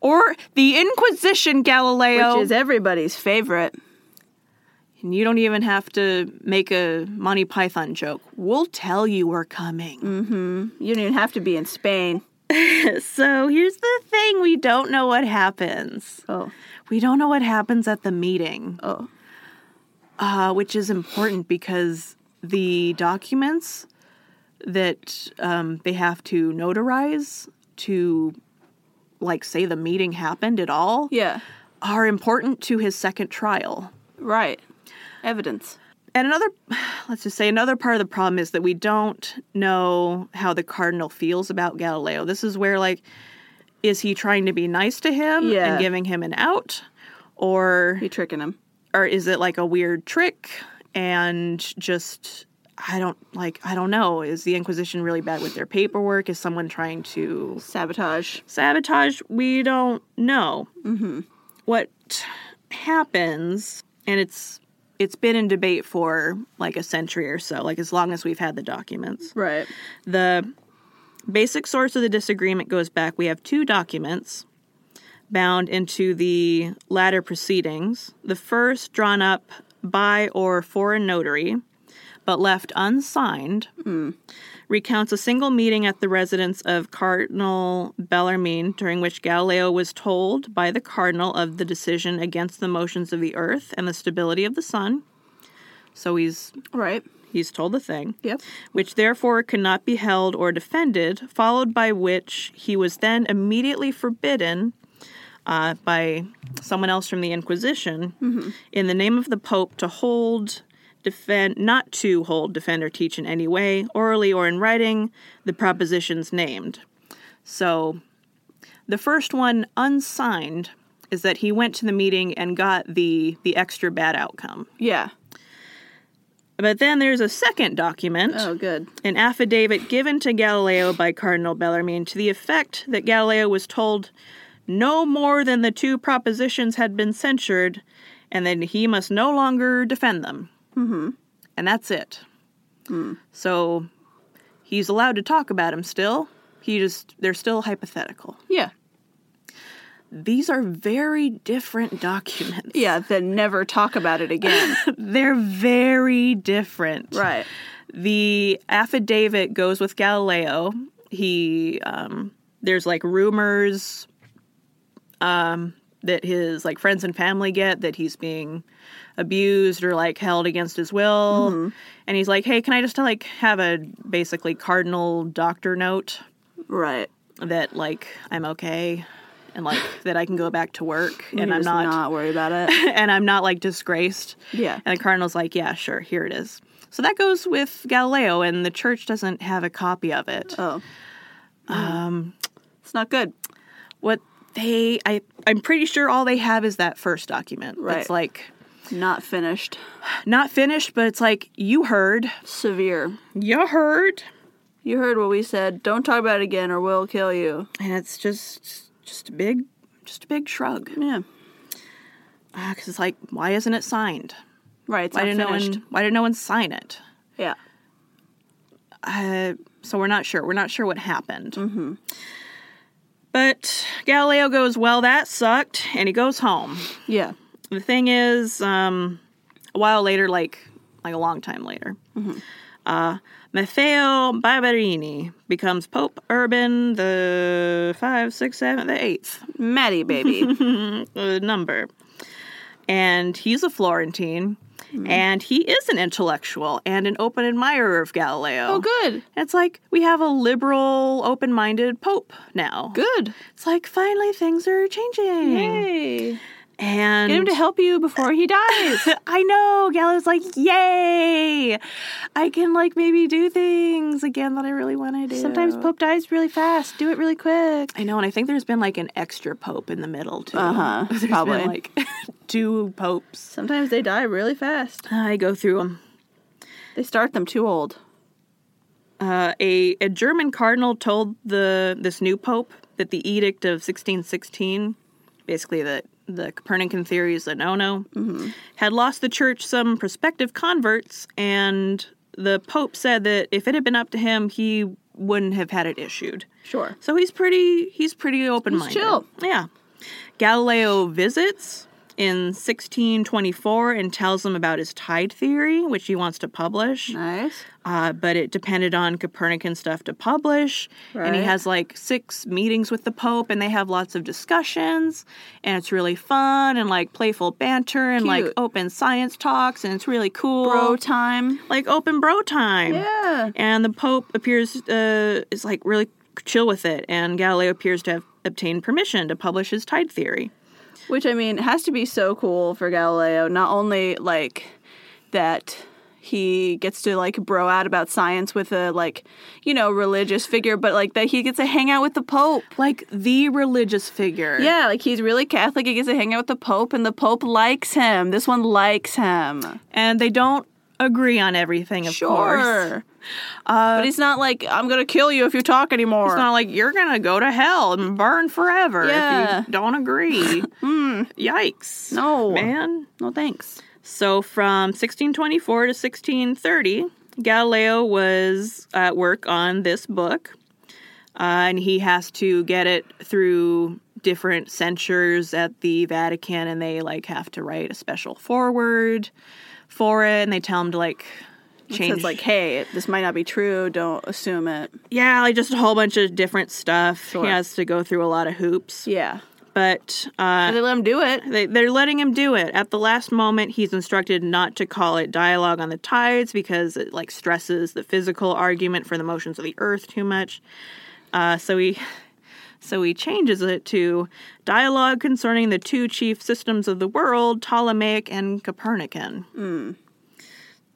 [SPEAKER 1] or the Inquisition, Galileo.
[SPEAKER 2] is everybody's favorite.
[SPEAKER 1] And you don't even have to make a Monty Python joke. We'll tell you we're coming.
[SPEAKER 2] You don't even have to be in Spain.
[SPEAKER 1] So here's the thing we don't know what happens.
[SPEAKER 2] Oh.
[SPEAKER 1] We don't know what happens at the meeting,
[SPEAKER 2] Oh.
[SPEAKER 1] uh, which is important because the documents that um, they have to notarize to like say the meeting happened at all
[SPEAKER 2] Yeah.
[SPEAKER 1] are important to his second trial.
[SPEAKER 2] Right. Evidence.
[SPEAKER 1] And another, let's just say, another part of the problem is that we don't know how the cardinal feels about Galileo. This is where, like, is he trying to be nice to him
[SPEAKER 2] Yeah.
[SPEAKER 1] and giving him an out, or
[SPEAKER 2] You tricking him.
[SPEAKER 1] or is it like a weird trick and just I don't like I don't know. Is the Inquisition really bad with their paperwork? Is someone trying to
[SPEAKER 2] Sabotage.
[SPEAKER 1] sabotage? We don't know. Mm-hmm. What happens, and it's it's been in debate for like a century or so, like as long as we've had the documents.
[SPEAKER 2] Right.
[SPEAKER 1] The basic source of the disagreement goes back. We have two documents bound into the latter proceedings. The first drawn up by or for a notary, but left unsigned, recounts a single meeting at the residence of Cardinal Bellarmine during which Galileo was told by the cardinal of the decision against the motions of the earth and the stability of the sun. So he's
[SPEAKER 2] Right.
[SPEAKER 1] he's told the thing
[SPEAKER 2] Yep.
[SPEAKER 1] uh,
[SPEAKER 2] Yeah.
[SPEAKER 1] But then there's a second document
[SPEAKER 2] Oh, good.
[SPEAKER 1] an affidavit given to Galileo by Cardinal Bellarmine to the effect that Galileo was told no more than the two propositions had been censured and that he must no longer defend them. Mm-hmm. And that's it. So he's allowed to talk about him still. He just, they're still hypothetical.
[SPEAKER 2] Yeah.
[SPEAKER 1] These are very different documents.
[SPEAKER 2] Yeah. Then never talk about it again.
[SPEAKER 1] They're very different.
[SPEAKER 2] right.
[SPEAKER 1] the affidavit goes with Galileo. He um, there's like rumors um, that his like friends and family get that he's being abused or like held against his will, and he's like, "Hey, can I just like have a basically cardinal doctor note
[SPEAKER 2] Right.
[SPEAKER 1] that like I'm okay and like that I can go back to work
[SPEAKER 2] And
[SPEAKER 1] and I'm
[SPEAKER 2] just
[SPEAKER 1] not,
[SPEAKER 2] not worry about it.
[SPEAKER 1] and I'm not like disgraced."
[SPEAKER 2] Yeah.
[SPEAKER 1] And the cardinal's like, yeah, sure, here it is. So that goes with Galileo, and the church doesn't have a copy of it.
[SPEAKER 2] Oh. Um. It's not good.
[SPEAKER 1] What they, I, I'm pretty sure all they have is that first document.
[SPEAKER 2] Right.
[SPEAKER 1] It's like
[SPEAKER 2] Not finished.
[SPEAKER 1] not finished, but it's like you heard,
[SPEAKER 2] Severe.
[SPEAKER 1] you heard,
[SPEAKER 2] You heard what we said. Don't talk about it again, or we'll kill you.
[SPEAKER 1] and it's just, just a big, just a big shrug.
[SPEAKER 2] Yeah.
[SPEAKER 1] Because Ah, it's like, why isn't it signed?
[SPEAKER 2] Right. It's
[SPEAKER 1] Why
[SPEAKER 2] not
[SPEAKER 1] didn't
[SPEAKER 2] finished.
[SPEAKER 1] no one, why didn't no one sign it?
[SPEAKER 2] Yeah.
[SPEAKER 1] uh, so we're not sure. We're not sure what happened. Mm-hmm. But Galileo goes, Well, that sucked. And he goes home.
[SPEAKER 2] Yeah.
[SPEAKER 1] The thing is, um, a while later, like like a long time later, uh, Maffeo Barberini becomes Pope Urban the five, six, seven, the eighth
[SPEAKER 2] Maddie, baby.
[SPEAKER 1] uh, number. And he's a Florentine, and he is an intellectual and an open admirer of Galileo.
[SPEAKER 2] oh, good.
[SPEAKER 1] It's like we have a liberal, open minded pope now.
[SPEAKER 2] Good.
[SPEAKER 1] It's like finally things are changing.
[SPEAKER 2] Hey.
[SPEAKER 1] And
[SPEAKER 2] Get him to help you before he dies.
[SPEAKER 1] I know, Gala's like, yay! I can like maybe do things again that I really want to do.
[SPEAKER 2] Sometimes Pope dies really fast. Do it really quick.
[SPEAKER 1] I know, and I think there's been like an extra pope in the middle too.
[SPEAKER 2] Uh-huh,
[SPEAKER 1] There's been,
[SPEAKER 2] probably.
[SPEAKER 1] like two popes.
[SPEAKER 2] Sometimes they die really fast.
[SPEAKER 1] I go through them.
[SPEAKER 2] They start them too old.
[SPEAKER 1] Uh, a, a German cardinal told the this new pope that the edict of 1616, basically that the Copernican theory is a no-no, had lost the church some prospective converts, and the pope said that if it had been up to him, he wouldn't have had it issued.
[SPEAKER 2] Sure.
[SPEAKER 1] So he's pretty he's pretty open-minded.
[SPEAKER 2] chill.
[SPEAKER 1] Yeah. Galileo visits in 1624 and tells him about his tide theory, which he wants to publish
[SPEAKER 2] Nice.
[SPEAKER 1] uh, but it depended on Copernican stuff to publish. And he
[SPEAKER 2] Right.
[SPEAKER 1] has like six meetings with the Pope, and they have lots of discussions, and it's really fun and like playful banter and like
[SPEAKER 2] Cute.
[SPEAKER 1] open science talks, and it's really cool.
[SPEAKER 2] Bro time.
[SPEAKER 1] Like open bro time.
[SPEAKER 2] Yeah.
[SPEAKER 1] And the Pope appears uh, is like really chill with it, and Galileo appears to have obtained permission to publish his tide theory.
[SPEAKER 2] Which I mean has to be so cool for Galileo. Not only like that he gets to like bro out about science with a like you know religious figure, but like that he gets to hang out with the Pope.
[SPEAKER 1] Like the religious figure.
[SPEAKER 2] Yeah, like he's really Catholic. He gets to hang out with the Pope, and the Pope likes him. This one likes him.
[SPEAKER 1] And they don't agree on everything, of course.
[SPEAKER 2] Sure. but he's not like, I'm going to kill you if you talk anymore.
[SPEAKER 1] It's not like you're gonna go to hell and burn forever
[SPEAKER 2] Yeah. Hmm.
[SPEAKER 1] if you don't agree. Yikes!
[SPEAKER 2] No.
[SPEAKER 1] man.
[SPEAKER 2] no thanks.
[SPEAKER 1] So from 1624 to 1630, Galileo was at work on this book, uh, and he has to get it through different censures at the Vatican, and they like have to write a special foreword for it, and they tell him to like
[SPEAKER 2] Change.
[SPEAKER 1] change
[SPEAKER 2] Says like, hey, it- this might not be true. Don't assume it.
[SPEAKER 1] yeah, like just a whole bunch of different stuff.
[SPEAKER 2] Sure.
[SPEAKER 1] He has to go through a lot of hoops,
[SPEAKER 2] Yeah.
[SPEAKER 1] but uh,
[SPEAKER 2] But they let him do it.
[SPEAKER 1] they, they're letting him do it. At the last moment, he's instructed not to call it dialogue on the tides because it like stresses the physical argument for the motions of the earth too much. Uh, so he. So he changes it to dialogue concerning the two chief systems of the world, Ptolemaic and Copernican.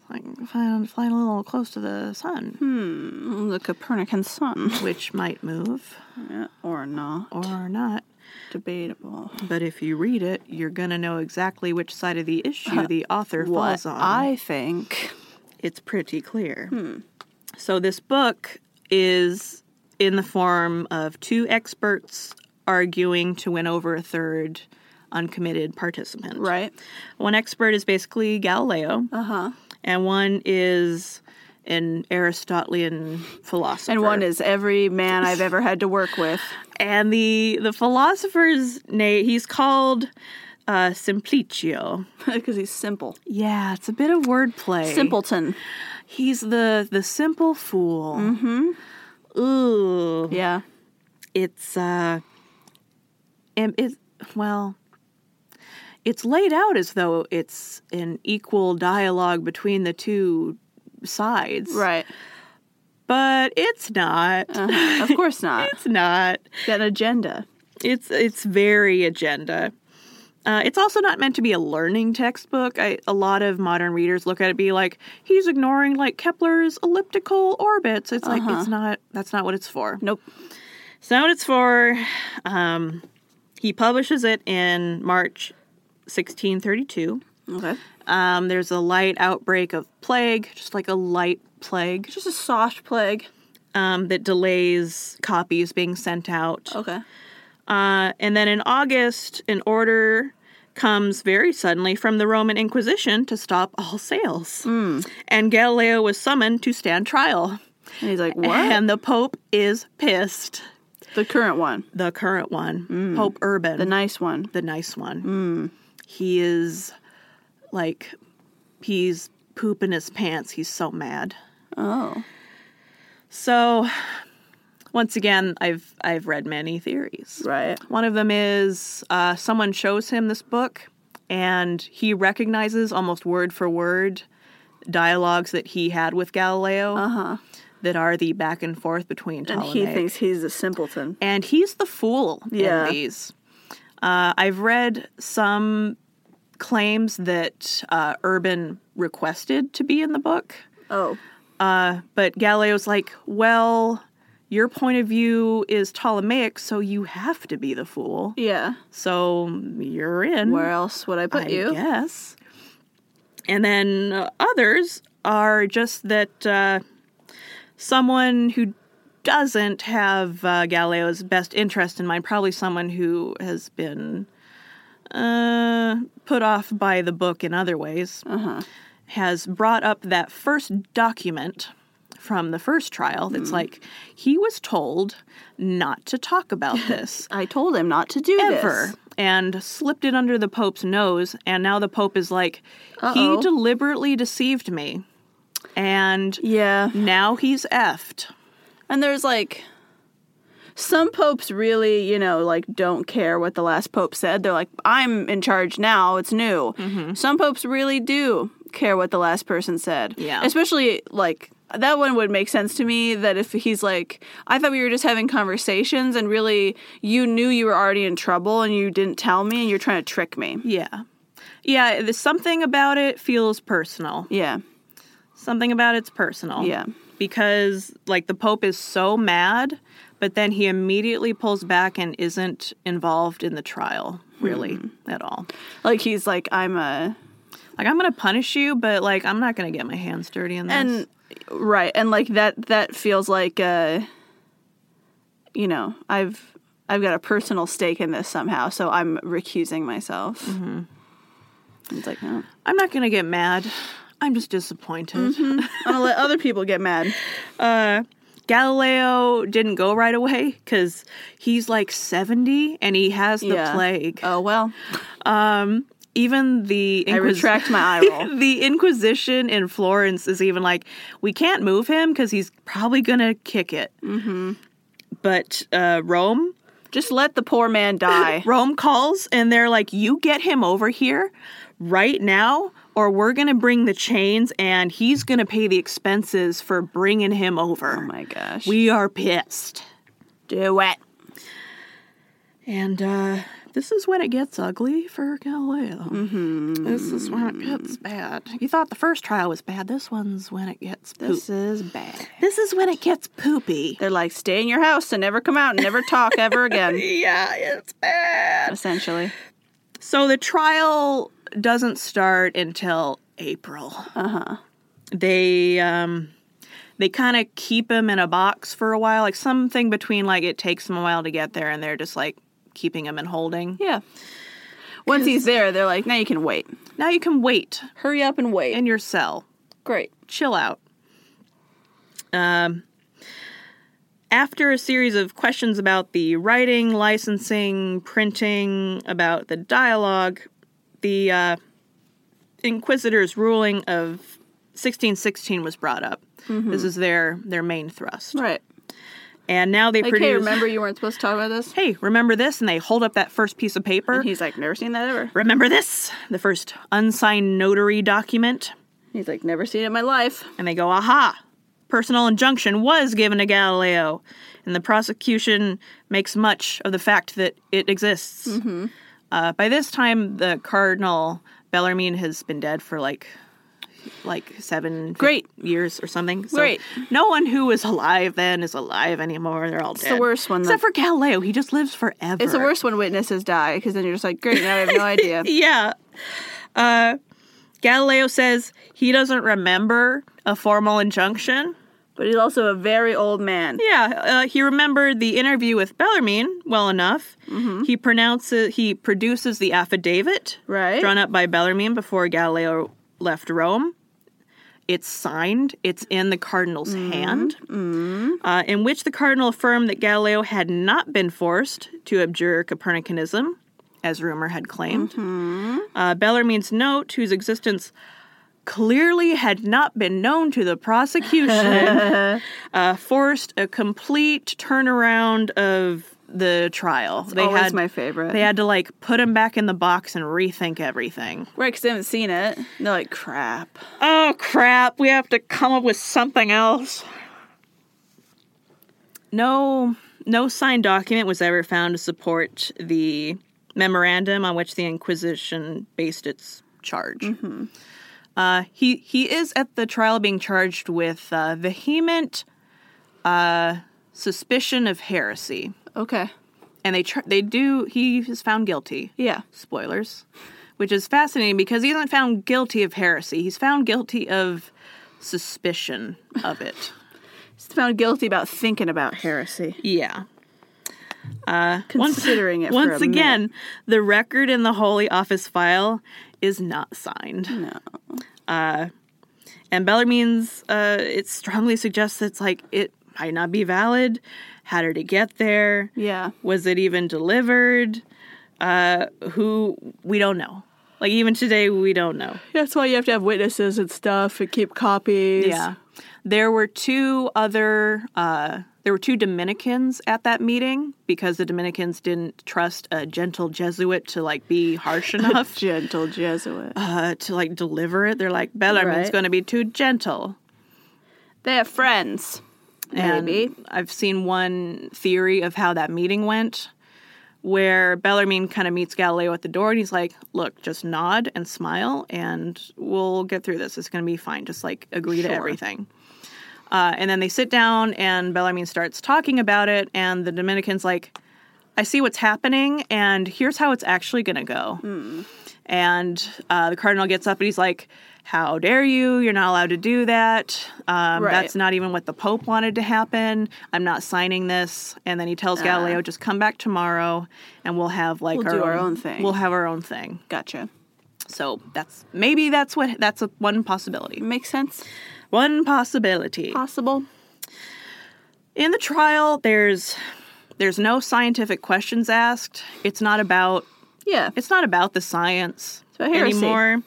[SPEAKER 1] Like flying, flying a little close to the sun,
[SPEAKER 2] Mm, The Copernican sun.
[SPEAKER 1] which might move
[SPEAKER 2] Yeah, or not.
[SPEAKER 1] or not.
[SPEAKER 2] Debatable.
[SPEAKER 1] But if you read it, you're gonna know exactly which side of the issue the author
[SPEAKER 2] What
[SPEAKER 1] falls on.
[SPEAKER 2] I Hmm. think.
[SPEAKER 1] it's pretty clear. So this book is in the form of two experts arguing to win over a third uncommitted participant.
[SPEAKER 2] Right?
[SPEAKER 1] One expert is basically Galileo,
[SPEAKER 2] Uh huh.
[SPEAKER 1] and one is an Aristotelian philosopher.
[SPEAKER 2] And one is every man I've ever had to work with.
[SPEAKER 1] and the the philosopher's name he's called uh, Simplicio.
[SPEAKER 2] Because he's simple.
[SPEAKER 1] Yeah, it's a bit of wordplay.
[SPEAKER 2] Simpleton.
[SPEAKER 1] He's the the simple fool. Mm-hmm. Ooh.
[SPEAKER 2] Yeah.
[SPEAKER 1] It's uh and it well it's laid out as though it's an equal dialogue between the two sides.
[SPEAKER 2] Right.
[SPEAKER 1] But it's not.
[SPEAKER 2] Uh, of course not.
[SPEAKER 1] It's not.
[SPEAKER 2] Got an agenda.
[SPEAKER 1] It's it's very agenda. Uh, it's also not meant to be a learning textbook. I, a lot of modern readers look at it and be like, he's ignoring like Kepler's elliptical orbits. It's like
[SPEAKER 2] Uh-huh.
[SPEAKER 1] it's not. That's not what it's for.
[SPEAKER 2] Nope.
[SPEAKER 1] It's not what it's for. Um, he publishes it in March 1632.
[SPEAKER 2] Okay.
[SPEAKER 1] Um, there's a light outbreak of plague, just like a light plague
[SPEAKER 2] Just a soft plague.
[SPEAKER 1] um, that delays copies being sent out.
[SPEAKER 2] Okay.
[SPEAKER 1] Uh, and then in August, an order comes very suddenly from the Roman Inquisition to stop all sales.
[SPEAKER 2] Hmm.
[SPEAKER 1] And Galileo was summoned to stand trial.
[SPEAKER 2] And he's like, what?
[SPEAKER 1] And the Pope is pissed.
[SPEAKER 2] the current one.
[SPEAKER 1] The current one, Pope Urban,
[SPEAKER 2] Hmm. The Hmm. nice one.
[SPEAKER 1] the nice one. He is like, he's pooping his pants. He's so mad.
[SPEAKER 2] Oh.
[SPEAKER 1] So, once again, I've I've read many theories.
[SPEAKER 2] Right.
[SPEAKER 1] One of them is uh, someone shows him this book, and he recognizes almost word for word dialogues that he had with Galileo that are the back and forth between
[SPEAKER 2] Uh-huh. And
[SPEAKER 1] Ptolemy.
[SPEAKER 2] he thinks he's a simpleton.
[SPEAKER 1] and he's the fool
[SPEAKER 2] Yeah.
[SPEAKER 1] in these. Uh, I've read some claims that uh, Urban requested to be in the book.
[SPEAKER 2] Oh.
[SPEAKER 1] Uh, but Galileo's like, well, your point of view is Ptolemaic, so you have to be the fool.
[SPEAKER 2] Yeah.
[SPEAKER 1] So you're in.
[SPEAKER 2] Where else would I put
[SPEAKER 1] I
[SPEAKER 2] you?
[SPEAKER 1] guess. And then uh, others are just that uh, someone who doesn't have uh, Galileo's best interest in mind, probably someone who has been uh, put off by the book in other ways,
[SPEAKER 2] Uh-huh.
[SPEAKER 1] has brought up that first document from the first trial that's
[SPEAKER 2] Hmm.
[SPEAKER 1] like, he was told not to talk about this
[SPEAKER 2] I told him not to do
[SPEAKER 1] ever
[SPEAKER 2] this.
[SPEAKER 1] and slipped it under the Pope's nose. And now the Pope is like,
[SPEAKER 2] Uh-oh.
[SPEAKER 1] he deliberately deceived me. And
[SPEAKER 2] Yeah.
[SPEAKER 1] now he's effed.
[SPEAKER 2] And there's like some popes really, you know, like don't care what the last pope said. They're like, I'm in charge now, it's new.
[SPEAKER 1] Mm-hmm.
[SPEAKER 2] Some popes really do care what the last person said.
[SPEAKER 1] Yeah.
[SPEAKER 2] Especially like that one would make sense to me that if he's like, I thought we were just having conversations and really you knew you were already in trouble and you didn't tell me and you're trying to trick me.
[SPEAKER 1] Yeah. Yeah, there's something about it feels personal.
[SPEAKER 2] Yeah.
[SPEAKER 1] Something about it's personal.
[SPEAKER 2] Yeah.
[SPEAKER 1] Because, like, the Pope is so mad, but then he immediately pulls back and
[SPEAKER 2] Hmm.
[SPEAKER 1] isn't involved in the trial, really, at all.
[SPEAKER 2] Like he's like, I'm a
[SPEAKER 1] Like I'm gonna punish you, but like I'm not gonna get my hands dirty in this.
[SPEAKER 2] and right and like that that feels like uh you know i've i've got a personal stake in this somehow so i'm recusing myself it's like no.
[SPEAKER 1] I'm not gonna get mad. I'm just disappointed.
[SPEAKER 2] i'm gonna let other people get mad
[SPEAKER 1] Uh, Galileo didn't go right away because he's like 70 and he has the
[SPEAKER 2] Yeah.
[SPEAKER 1] plague.
[SPEAKER 2] oh well
[SPEAKER 1] Um, even the
[SPEAKER 2] i
[SPEAKER 1] Inquis-
[SPEAKER 2] retract my eye roll
[SPEAKER 1] the Inquisition in Florence is even like, we can't move him because he's probably gonna kick it. Mm-hmm. But uh, Rome,
[SPEAKER 2] just let the poor man die
[SPEAKER 1] Rome calls and they're like, you get him over here right now. Or we're gonna bring the chains, and he's gonna pay the expenses for bringing him over.
[SPEAKER 2] oh my gosh
[SPEAKER 1] We are pissed.
[SPEAKER 2] do it
[SPEAKER 1] And uh, this is when it gets ugly for Galileo. Mm-hmm. This is when it gets bad. You thought the first trial was bad. This one's when it gets poop. This,
[SPEAKER 2] this is bad
[SPEAKER 1] is when it gets poopy.
[SPEAKER 2] they're like stay in your house and never come out and never talk ever again
[SPEAKER 1] Yeah, it's bad.
[SPEAKER 2] essentially
[SPEAKER 1] So the trial doesn't start until April. Uh huh. They um, they kind of keep him in a box for a while, like something between like it takes them a while to get there, and they're just like keeping him in holding.
[SPEAKER 2] yeah once he's there they're like now you can wait
[SPEAKER 1] Now you can wait
[SPEAKER 2] hurry up and wait
[SPEAKER 1] in your cell.
[SPEAKER 2] great
[SPEAKER 1] chill out. Um, after a series of questions about the writing, licensing, printing, about the dialogue, the uh, Inquisitor's ruling of 1616 was brought up. This is their their main thrust,
[SPEAKER 2] right
[SPEAKER 1] and now they
[SPEAKER 2] Like,
[SPEAKER 1] produce.
[SPEAKER 2] hey, remember you weren't supposed to talk about this?
[SPEAKER 1] Hey, remember this? And they hold up that first piece of paper.
[SPEAKER 2] And he's like, never seen that ever.
[SPEAKER 1] remember this? The first unsigned notary document.
[SPEAKER 2] He's like, never seen it in my life.
[SPEAKER 1] And they go, aha, personal injunction was given to Galileo. And the prosecution makes much of the fact that it exists.
[SPEAKER 2] Mm-hmm.
[SPEAKER 1] Uh, by this time, the Cardinal Bellarmine has been dead for like like seven
[SPEAKER 2] Great.
[SPEAKER 1] years or something. So
[SPEAKER 2] Great.
[SPEAKER 1] No one who was alive then is alive anymore. They're all dead.
[SPEAKER 2] the worst one,
[SPEAKER 1] Except for Galileo. He just lives forever.
[SPEAKER 2] It's the worst when witnesses die because then you're just like, great, now I have no idea.
[SPEAKER 1] Yeah. Uh, Galileo says he doesn't remember a formal injunction.
[SPEAKER 2] But he's also a very old man.
[SPEAKER 1] Yeah, uh, he remembered the interview with Bellarmine well enough. He pronounces he produces the affidavit
[SPEAKER 2] Right.
[SPEAKER 1] drawn up by Bellarmine before Galileo left Rome. It's signed. It's in the cardinal's hand, Uh, in which the cardinal affirmed that Galileo had not been forced to abjure Copernicanism, as rumor had claimed. Uh, Bellarmine's note, whose existence clearly had not been known to the prosecution, uh, forced a complete turnaround of the trial. they
[SPEAKER 2] Always
[SPEAKER 1] had
[SPEAKER 2] my favorite.
[SPEAKER 1] they had to like put him back in the box and rethink everything.
[SPEAKER 2] Right, because they haven't seen it. And They're like, crap.
[SPEAKER 1] Oh crap, we have to come up with something else. No no signed document was ever found to support the memorandum on which the Inquisition based its charge. Uh, he he is at the trial being charged with uh, vehement uh, suspicion of heresy,
[SPEAKER 2] Okay.
[SPEAKER 1] and they tr- they do he is found guilty
[SPEAKER 2] Yeah.
[SPEAKER 1] spoilers, which is fascinating because he isn't found guilty of heresy. He's found guilty of suspicion of it.
[SPEAKER 2] He's found guilty about thinking about heresy.
[SPEAKER 1] yeah.
[SPEAKER 2] Considering it for
[SPEAKER 1] Once
[SPEAKER 2] a minute.
[SPEAKER 1] again, the record in the Holy Office file is not signed.
[SPEAKER 2] No.
[SPEAKER 1] And Bellarmine's, uh, it strongly suggests it's like it might not be valid. How did it get there?
[SPEAKER 2] Yeah.
[SPEAKER 1] Was it even delivered? Uh, who, we don't know. Like even today, we don't know.
[SPEAKER 2] That's why you have to have witnesses and stuff and keep copies.
[SPEAKER 1] Yeah. There were two other uh there were two Dominicans at that meeting because the Dominicans didn't trust a gentle Jesuit to like be harsh enough
[SPEAKER 2] Gentle Jesuit.
[SPEAKER 1] uh, to like deliver it. They're like Bellarmine's
[SPEAKER 2] Right.
[SPEAKER 1] going to be too gentle.
[SPEAKER 2] They have friends.
[SPEAKER 1] And
[SPEAKER 2] Maybe.
[SPEAKER 1] I've seen one theory of how that meeting went where Bellarmine kind of meets Galileo at the door and he's like, "Look, just nod and smile and we'll get through this. It's going to be fine. Just like agree
[SPEAKER 2] Sure.
[SPEAKER 1] to everything." Uh, and then they sit down and Bellarmine starts talking about it and the Dominican's like, I see what's happening, and here's how it's actually going to go.
[SPEAKER 2] Hmm.
[SPEAKER 1] And uh, the cardinal gets up and he's like, How dare you? You're not allowed to do that. Um,
[SPEAKER 2] Right.
[SPEAKER 1] That's not even what the Pope wanted to happen. I'm not signing this. And then he tells Galileo, Just come back tomorrow, and we'll have like
[SPEAKER 2] Ah. We'll do our own thing.
[SPEAKER 1] We'll have our own thing.
[SPEAKER 2] Gotcha.
[SPEAKER 1] So that's maybe that's what that's a, one possibility.
[SPEAKER 2] Makes sense.
[SPEAKER 1] One possibility.
[SPEAKER 2] Possible.
[SPEAKER 1] in the trial there's there's no scientific questions asked it's not about
[SPEAKER 2] Yeah.
[SPEAKER 1] it's not about the science
[SPEAKER 2] about heresy.
[SPEAKER 1] anymore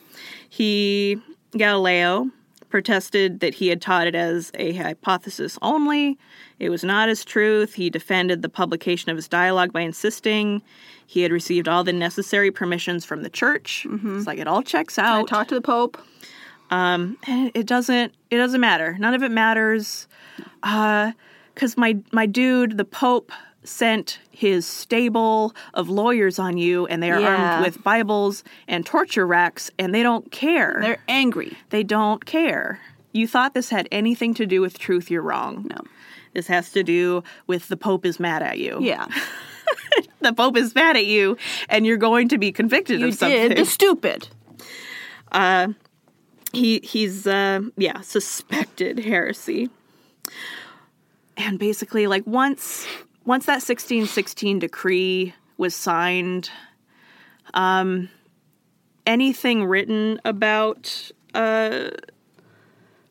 [SPEAKER 1] he galileo protested that he had taught it as a hypothesis only it was not his truth he defended the publication of his dialogue by insisting he had received all the necessary permissions from the church
[SPEAKER 2] Mm-hmm.
[SPEAKER 1] it's like it all checks
[SPEAKER 2] I
[SPEAKER 1] out
[SPEAKER 2] talked to the Pope.
[SPEAKER 1] and it doesn't it doesn't matter none of it matters because my my dude the pope sent his stable of lawyers on you and they are
[SPEAKER 2] Yeah.
[SPEAKER 1] armed with bibles and torture racks and they don't care
[SPEAKER 2] They're angry.
[SPEAKER 1] they don't care you thought this had anything to do with truth you're wrong
[SPEAKER 2] No.
[SPEAKER 1] this has to do with the pope is mad at you
[SPEAKER 2] Yeah.
[SPEAKER 1] the pope is mad at you and you're going to be convicted
[SPEAKER 2] You
[SPEAKER 1] of something
[SPEAKER 2] did the stupid.
[SPEAKER 1] he he's uh yeah suspected heresy and basically like once once that 1616 decree was signed um anything written about uh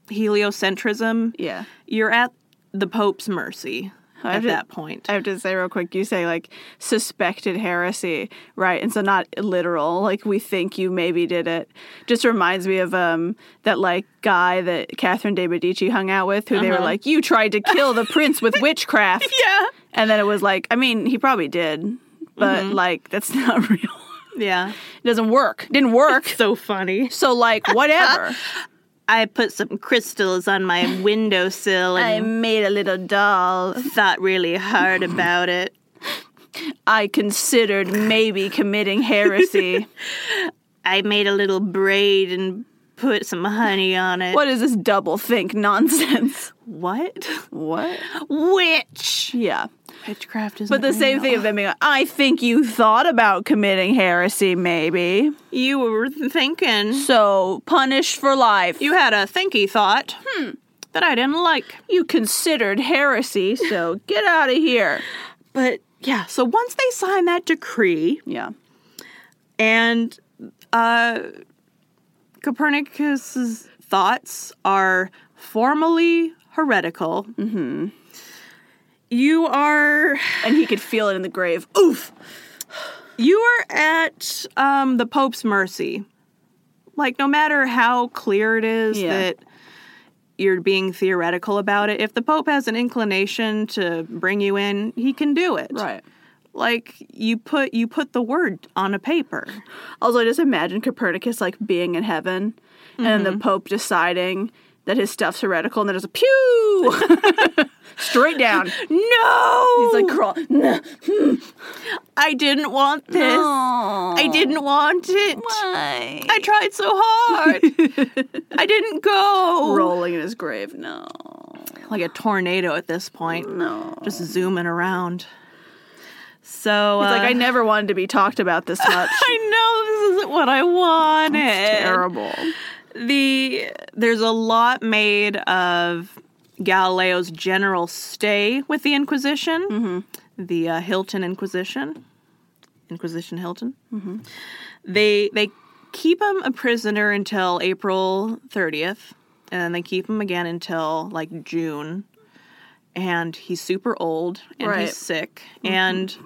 [SPEAKER 1] heliocentrism
[SPEAKER 2] Yeah.
[SPEAKER 1] you're at the pope's mercy
[SPEAKER 2] I
[SPEAKER 1] at
[SPEAKER 2] did-
[SPEAKER 1] that point
[SPEAKER 2] I have to say real quick, you say like suspected heresy, right? And so not literal, like we think you maybe did it. Just reminds me of um that like guy that Catherine de Medici hung out with who they were like, You tried to kill the prince with witchcraft.
[SPEAKER 1] yeah
[SPEAKER 2] And then it was like, I mean, he probably did, but like that's not real. Mm-hmm. It
[SPEAKER 1] yeah
[SPEAKER 2] doesn't work. Didn't work.
[SPEAKER 1] so funny
[SPEAKER 2] So like whatever.
[SPEAKER 1] i put some crystals on my windowsill
[SPEAKER 2] I
[SPEAKER 1] and
[SPEAKER 2] made a little doll.
[SPEAKER 1] thought really hard about it
[SPEAKER 2] I considered maybe committing heresy.
[SPEAKER 1] I made a little braid and put some honey on it.
[SPEAKER 2] what is this double think nonsense?
[SPEAKER 1] What?
[SPEAKER 2] What?
[SPEAKER 1] Witch.
[SPEAKER 2] Yeah.
[SPEAKER 1] Witchcraft is.
[SPEAKER 2] But the same thing of them being like, I think you thought about committing heresy, maybe.
[SPEAKER 1] You were thinking.
[SPEAKER 2] So punish for life.
[SPEAKER 1] You had a thinky thought. Hmm. That I didn't like.
[SPEAKER 2] you considered heresy, so get out of here.
[SPEAKER 1] But yeah. So once they sign that decree,
[SPEAKER 2] Yeah.
[SPEAKER 1] and uh, Copernicus's thoughts are formally heretical. Mm-hmm. You are.
[SPEAKER 2] And he could feel it in the grave. Oof.
[SPEAKER 1] you are at um, the Pope's mercy. Like, no matter how clear it is
[SPEAKER 2] Yeah.
[SPEAKER 1] that you're being theoretical about it, if the Pope has an inclination to bring you in, he can do it.
[SPEAKER 2] Right.
[SPEAKER 1] Like you put you put the word on a paper.
[SPEAKER 2] Also, I just imagine Copernicus like being in heaven and then the Pope deciding that his stuff's heretical and then there's a pew straight down.
[SPEAKER 1] No,
[SPEAKER 2] He's like, crawl. No.
[SPEAKER 1] I didn't want this. I
[SPEAKER 2] I
[SPEAKER 1] didn't want it.
[SPEAKER 2] Why?
[SPEAKER 1] I tried so hard. I didn't go.
[SPEAKER 2] Rolling in his grave. No.
[SPEAKER 1] Like a tornado at this point.
[SPEAKER 2] No.
[SPEAKER 1] just zooming around. So
[SPEAKER 2] It's like
[SPEAKER 1] uh,
[SPEAKER 2] I never wanted to be talked about this much.
[SPEAKER 1] I know this isn't what I wanted.
[SPEAKER 2] Terrible.
[SPEAKER 1] The there's a lot made of Galileo's general stay with the Inquisition,
[SPEAKER 2] Mm-hmm.
[SPEAKER 1] the uh, Hilton Inquisition, Inquisition Hilton.
[SPEAKER 2] Mm-hmm.
[SPEAKER 1] They they keep him a prisoner until April 30th, and then they keep him again until like June. And he's super old and
[SPEAKER 2] Right. Mm-hmm.
[SPEAKER 1] he's sick. And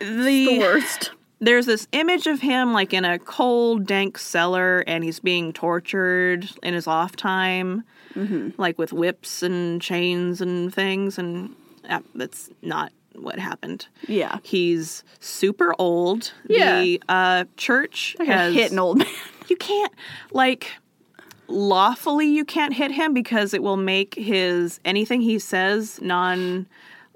[SPEAKER 1] the
[SPEAKER 2] worst.
[SPEAKER 1] there's this image of him like in a cold, dank cellar, and he's being tortured in his off time,
[SPEAKER 2] Mm-hmm.
[SPEAKER 1] like with whips and chains and things. And uh, that's not what happened.
[SPEAKER 2] Yeah.
[SPEAKER 1] He's super old.
[SPEAKER 2] Yeah.
[SPEAKER 1] The uh, church
[SPEAKER 2] I
[SPEAKER 1] has
[SPEAKER 2] hit an old man.
[SPEAKER 1] you can't like lawfully you can't hit him because it will make his anything he says non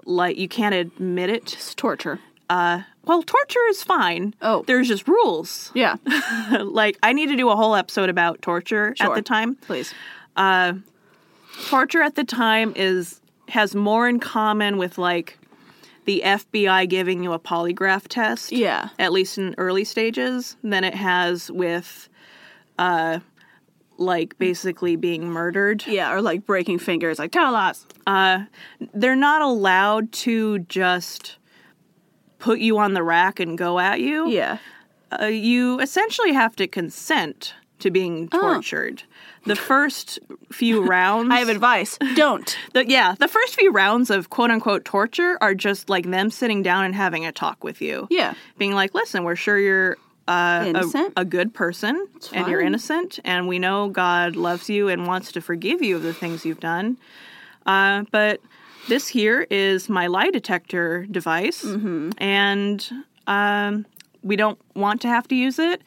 [SPEAKER 1] like you can't admit it
[SPEAKER 2] It's torture.
[SPEAKER 1] uh, well, torture is fine.
[SPEAKER 2] Oh.
[SPEAKER 1] There's just rules.
[SPEAKER 2] Yeah.
[SPEAKER 1] like, I need to do a whole episode about torture at
[SPEAKER 2] Sure.
[SPEAKER 1] the time.
[SPEAKER 2] Please.
[SPEAKER 1] Torture at the time is has more in common with like the FBI giving you a polygraph test,
[SPEAKER 2] Yeah.
[SPEAKER 1] at least in early stages, than it has with, uh, like basically being murdered.
[SPEAKER 2] Yeah, or like breaking fingers, like tell us.
[SPEAKER 1] They're not allowed to just put you on the rack and go at you.
[SPEAKER 2] Yeah.
[SPEAKER 1] uh, you essentially have to consent to being tortured. The first few rounds,
[SPEAKER 2] Oh. I have advice. Don't.
[SPEAKER 1] the, yeah, the first few rounds of quote unquote torture are just like them sitting down and having a talk with you,
[SPEAKER 2] Yeah.
[SPEAKER 1] being like, "Listen, we're sure you're uh, a,
[SPEAKER 2] Innocent.
[SPEAKER 1] a good person and you're
[SPEAKER 2] fine.
[SPEAKER 1] innocent, and we know God loves you and wants to forgive you of the things you've done, uh, but." This here is my lie detector device,
[SPEAKER 2] Mm-hmm.
[SPEAKER 1] and um, we don't want to have to use it.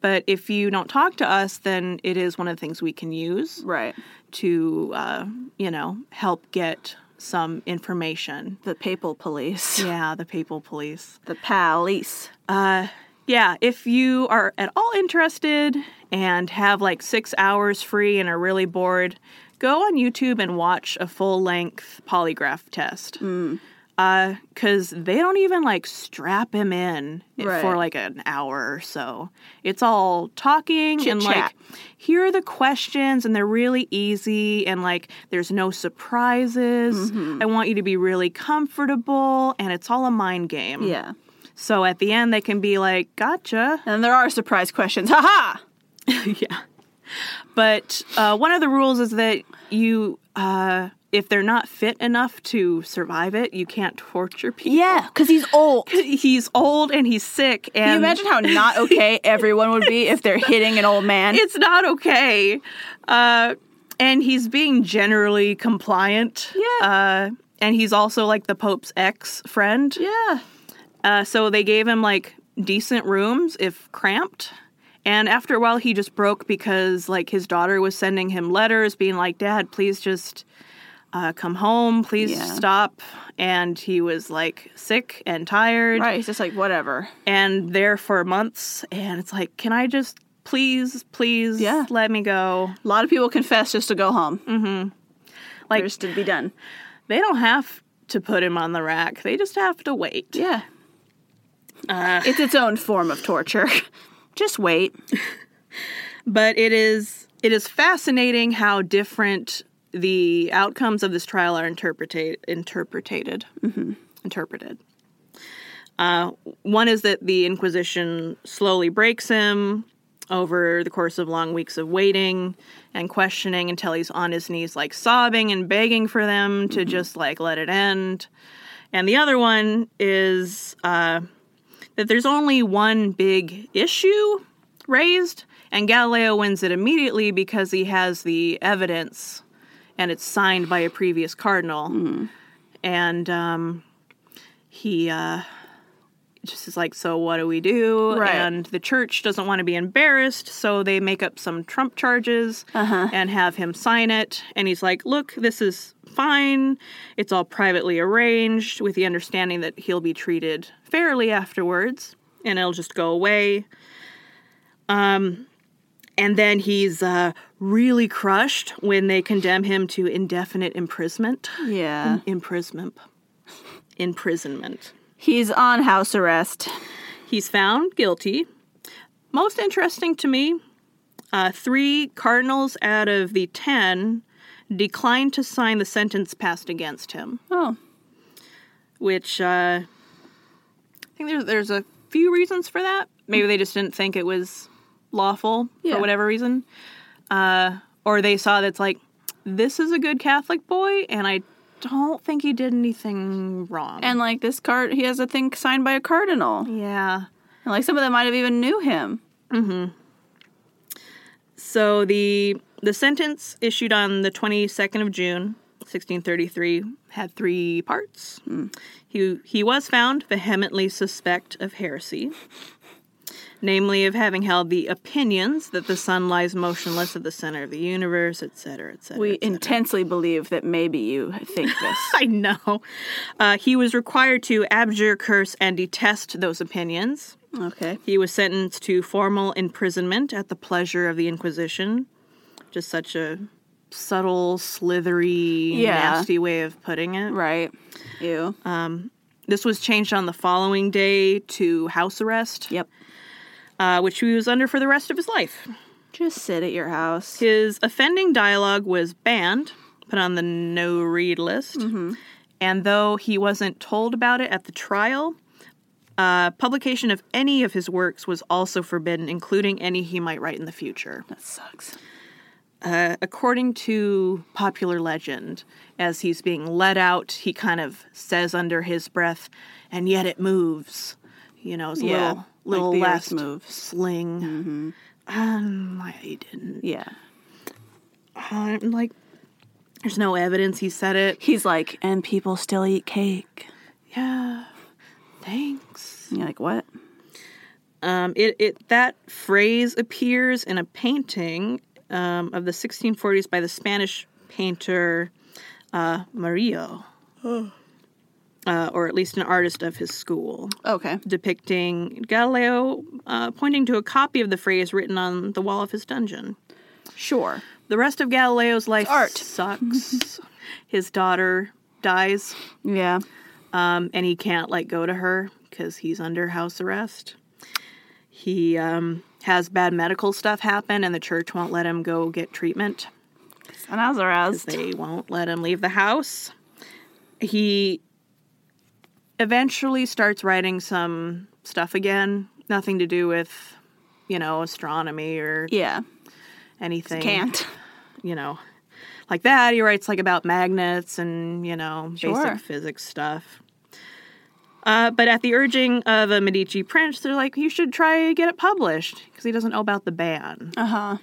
[SPEAKER 1] But if you don't talk to us, then it is one of the things we can use
[SPEAKER 2] Right.
[SPEAKER 1] to uh, you know help get some information
[SPEAKER 2] The papal police.
[SPEAKER 1] yeah the papal police
[SPEAKER 2] The police.
[SPEAKER 1] yeah if you are at all interested and have like six hours free and are really bored go on youtube and watch a full length polygraph test
[SPEAKER 2] Mm.
[SPEAKER 1] because they don't even like strap him in
[SPEAKER 2] Right.
[SPEAKER 1] for like an hour or so. It's all talking and like,
[SPEAKER 2] Chit-chat.
[SPEAKER 1] here are the questions, and they're really easy, and like, there's no surprises.
[SPEAKER 2] Mm-hmm.
[SPEAKER 1] I want you to be really comfortable, and it's all a mind game.
[SPEAKER 2] Yeah.
[SPEAKER 1] So at the end, they can be like, gotcha.
[SPEAKER 2] And there are surprise questions. Ha ha!
[SPEAKER 1] yeah. But uh, one of the rules is that you, uh, if they're not fit enough to survive it, you can't torture people.
[SPEAKER 2] Yeah, because he's old. Can
[SPEAKER 1] he's old and he's sick and
[SPEAKER 2] you imagine how not okay everyone would be if they're hitting an old man?
[SPEAKER 1] it's not okay uh, and he's being generally compliant
[SPEAKER 2] Yeah.
[SPEAKER 1] uh, and he's also like the pope's ex friend
[SPEAKER 2] yeah.
[SPEAKER 1] uh, so they gave him like decent rooms if cramped and after a while he just broke because like his daughter was sending him letters being like dad please just uh, come home please
[SPEAKER 2] Yeah.
[SPEAKER 1] stop and he was like sick and tired
[SPEAKER 2] Right. He's just like, whatever.
[SPEAKER 1] and there for months and it's like can i just please please
[SPEAKER 2] Yeah.
[SPEAKER 1] let me go
[SPEAKER 2] A lot of people confess just to go home. Mm-hmm.
[SPEAKER 1] Like-
[SPEAKER 2] Like, just to be done.
[SPEAKER 1] they don't have to put him on the rack they just have to wait
[SPEAKER 2] Yeah. it's its own form of torture. just wait.
[SPEAKER 1] but it is it is fascinating how different the outcomes of this trial are interpretate, interpreted interpreted uh, one is that the inquisition slowly breaks him over the course of long weeks of waiting and questioning until he's on his knees like sobbing and begging for them to just like let it end and the other one is that there's only one big issue raised, and Galileo wins it immediately because he has the evidence and it's signed by a previous cardinal. And um, he uh, just is like, So what do we do?
[SPEAKER 2] Right.
[SPEAKER 1] And the church doesn't want to be embarrassed, so they make up some Trump charges and have him sign it. And he's like, Look, this is fine. It's all privately arranged with the understanding that he'll be treated fairly afterwards and it'll just go away Um, and then he's uh, really crushed when they condemn him to indefinite imprisonment.
[SPEAKER 2] Yeah.
[SPEAKER 1] Imprisonment. Imprisonment.
[SPEAKER 2] He's on house arrest.
[SPEAKER 1] He's found guilty. Most interesting to me, uh, three cardinals out of the ten declined to sign the sentence passed against him,
[SPEAKER 2] Oh.
[SPEAKER 1] which uh, I think there's, there's a few reasons for that. Maybe they just didn't think it was lawful
[SPEAKER 2] Yeah.
[SPEAKER 1] for whatever reason. Uh, or they saw that's like, this is a good Catholic boy, and I don't think he did anything wrong.
[SPEAKER 2] And like this card, he has a thing signed by a cardinal.
[SPEAKER 1] yeah.
[SPEAKER 2] And like some of them might have even knew him.
[SPEAKER 1] So the the sentence issued on the 22nd of June, 1633, had three parts. He he was found vehemently suspect of heresy, namely of having held the opinions that the sun lies motionless at the center of the universe, etc., etc.
[SPEAKER 2] We
[SPEAKER 1] etc.
[SPEAKER 2] intensely believe that maybe you think this.
[SPEAKER 1] I know. Uh, he was required to abjure, curse, and detest those opinions.
[SPEAKER 2] okay.
[SPEAKER 1] He was sentenced to formal imprisonment at the pleasure of the Inquisition. Just such a subtle, slithery,
[SPEAKER 2] Yeah.
[SPEAKER 1] nasty way of putting it.
[SPEAKER 2] Uh, Right. You.
[SPEAKER 1] This was changed on the following day to house arrest,
[SPEAKER 2] Yep.
[SPEAKER 1] uh, which he was under for the rest of his life.
[SPEAKER 2] Just sit at your house.
[SPEAKER 1] His offending dialogue was banned, put on the no read list. And though he wasn't told about it at the trial, uh, publication of any of his works was also forbidden, including any he might write in the future.
[SPEAKER 2] That sucks.
[SPEAKER 1] Uh, according to popular legend, as he's being let out, he kind of says under his breath, and yet it moves. You know, it's a
[SPEAKER 2] Yeah,
[SPEAKER 1] little, little
[SPEAKER 2] like the
[SPEAKER 1] last
[SPEAKER 2] earth moves. Mm-hmm.
[SPEAKER 1] sling. Um, I didn't.
[SPEAKER 2] Yeah.
[SPEAKER 1] I'm like, there's no evidence he said it.
[SPEAKER 2] He's like, and people still eat cake.
[SPEAKER 1] Yeah, thanks.
[SPEAKER 2] And you're like, what?
[SPEAKER 1] Um, it, it that phrase appears in a painting um, of the 1640s by the Spanish painter uh, Murillo, uh, or at least an artist of his school.
[SPEAKER 2] Okay.
[SPEAKER 1] Depicting Galileo uh, pointing to a copy of the phrase written on the wall of his dungeon.
[SPEAKER 2] Sure.
[SPEAKER 1] The rest of Galileo's life
[SPEAKER 2] art.
[SPEAKER 1] sucks. his daughter dies
[SPEAKER 2] Yeah.
[SPEAKER 1] um, and he can't like go to her because he's under house arrest. He um, has bad medical stuff happen, and the church won't let him go get treatment.
[SPEAKER 2] And I was aroused.
[SPEAKER 1] They won't let him leave the house. He eventually starts writing some stuff again, nothing to do with, you know, astronomy or
[SPEAKER 2] Yeah.
[SPEAKER 1] anything.
[SPEAKER 2] Can't.
[SPEAKER 1] you know, like that. He writes like about magnets and you know
[SPEAKER 2] Sure.
[SPEAKER 1] basic physics stuff. Uh, but at the urging of a Medici prince, they're like, "You should try to get it published," because he doesn't know about the ban.
[SPEAKER 2] Uh huh.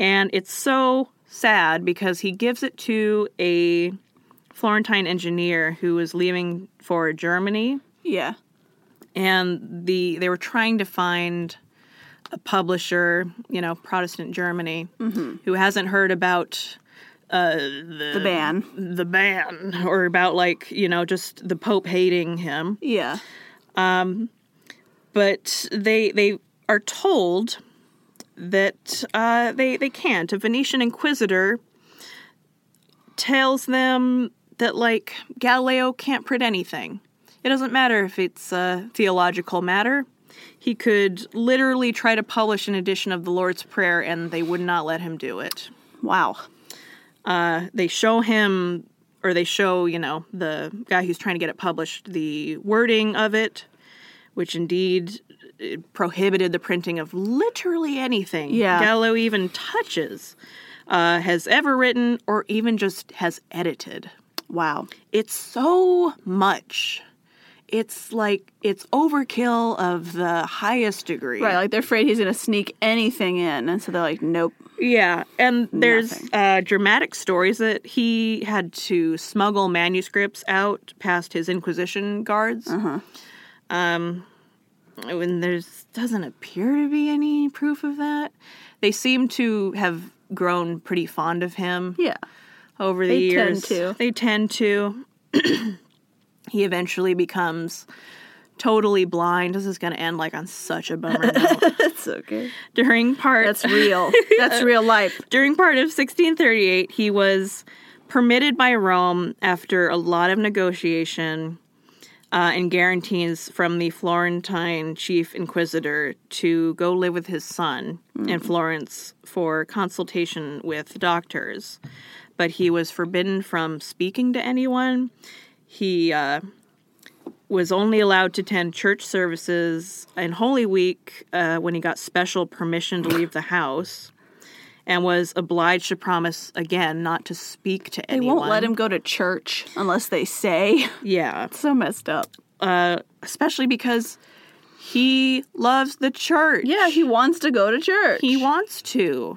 [SPEAKER 1] And it's so sad because he gives it to a Florentine engineer who was leaving for Germany,
[SPEAKER 2] Yeah.
[SPEAKER 1] and the they were trying to find a publisher, you know, Protestant Germany, who hasn't heard about
[SPEAKER 2] the ban.
[SPEAKER 1] the ban or about like you know just the pope hating him
[SPEAKER 2] Yeah.
[SPEAKER 1] but they they are told that uh, they they can't a venetian inquisitor tells them that like galileo can't print anything it doesn't matter if it's a theological matter he could literally try to publish an edition of the lord's prayer and they would not let him do it
[SPEAKER 2] Wow.
[SPEAKER 1] uh, they show him or they show you know the guy who's trying to get it published the wording of it which indeed it prohibited the printing of literally anything
[SPEAKER 2] Yeah.
[SPEAKER 1] galileo even touches uh, has ever written or even just has edited
[SPEAKER 2] Wow.
[SPEAKER 1] it's so much it's like it's overkill of the highest degree
[SPEAKER 2] Right. Like they're afraid he's going to sneak anything in. And so they're like, nope.
[SPEAKER 1] Yeah, and there's
[SPEAKER 2] Nothing.
[SPEAKER 1] uh, dramatic stories that he had to smuggle manuscripts out past his Inquisition guards.
[SPEAKER 2] Uh-huh.
[SPEAKER 1] Um, and there's doesn't appear to be any proof of that. They seem to have grown pretty fond of him
[SPEAKER 2] Yeah.
[SPEAKER 1] over the
[SPEAKER 2] They tend
[SPEAKER 1] years.
[SPEAKER 2] to.
[SPEAKER 1] They tend to. he eventually becomes totally blind. This is going to end like on such a bummer note.
[SPEAKER 2] That's okay.
[SPEAKER 1] During part
[SPEAKER 2] That's real. That's real life.
[SPEAKER 1] during part of 1638, he was permitted by Rome after a lot of negotiation uh, and guarantees from the Florentine chief inquisitor to go live with his son
[SPEAKER 2] Hmm.
[SPEAKER 1] in Florence for consultation with doctors. But he was forbidden from speaking to anyone. He uh, was only allowed to attend church services and Holy Week uh, when he got special permission to leave the house and was obliged to promise again not to speak to
[SPEAKER 2] They
[SPEAKER 1] anyone.
[SPEAKER 2] won't let him go to church unless they say.
[SPEAKER 1] Yeah.
[SPEAKER 2] so messed up.
[SPEAKER 1] Uh, especially because he loves the church.
[SPEAKER 2] Yeah, he wants to go to church.
[SPEAKER 1] He wants to.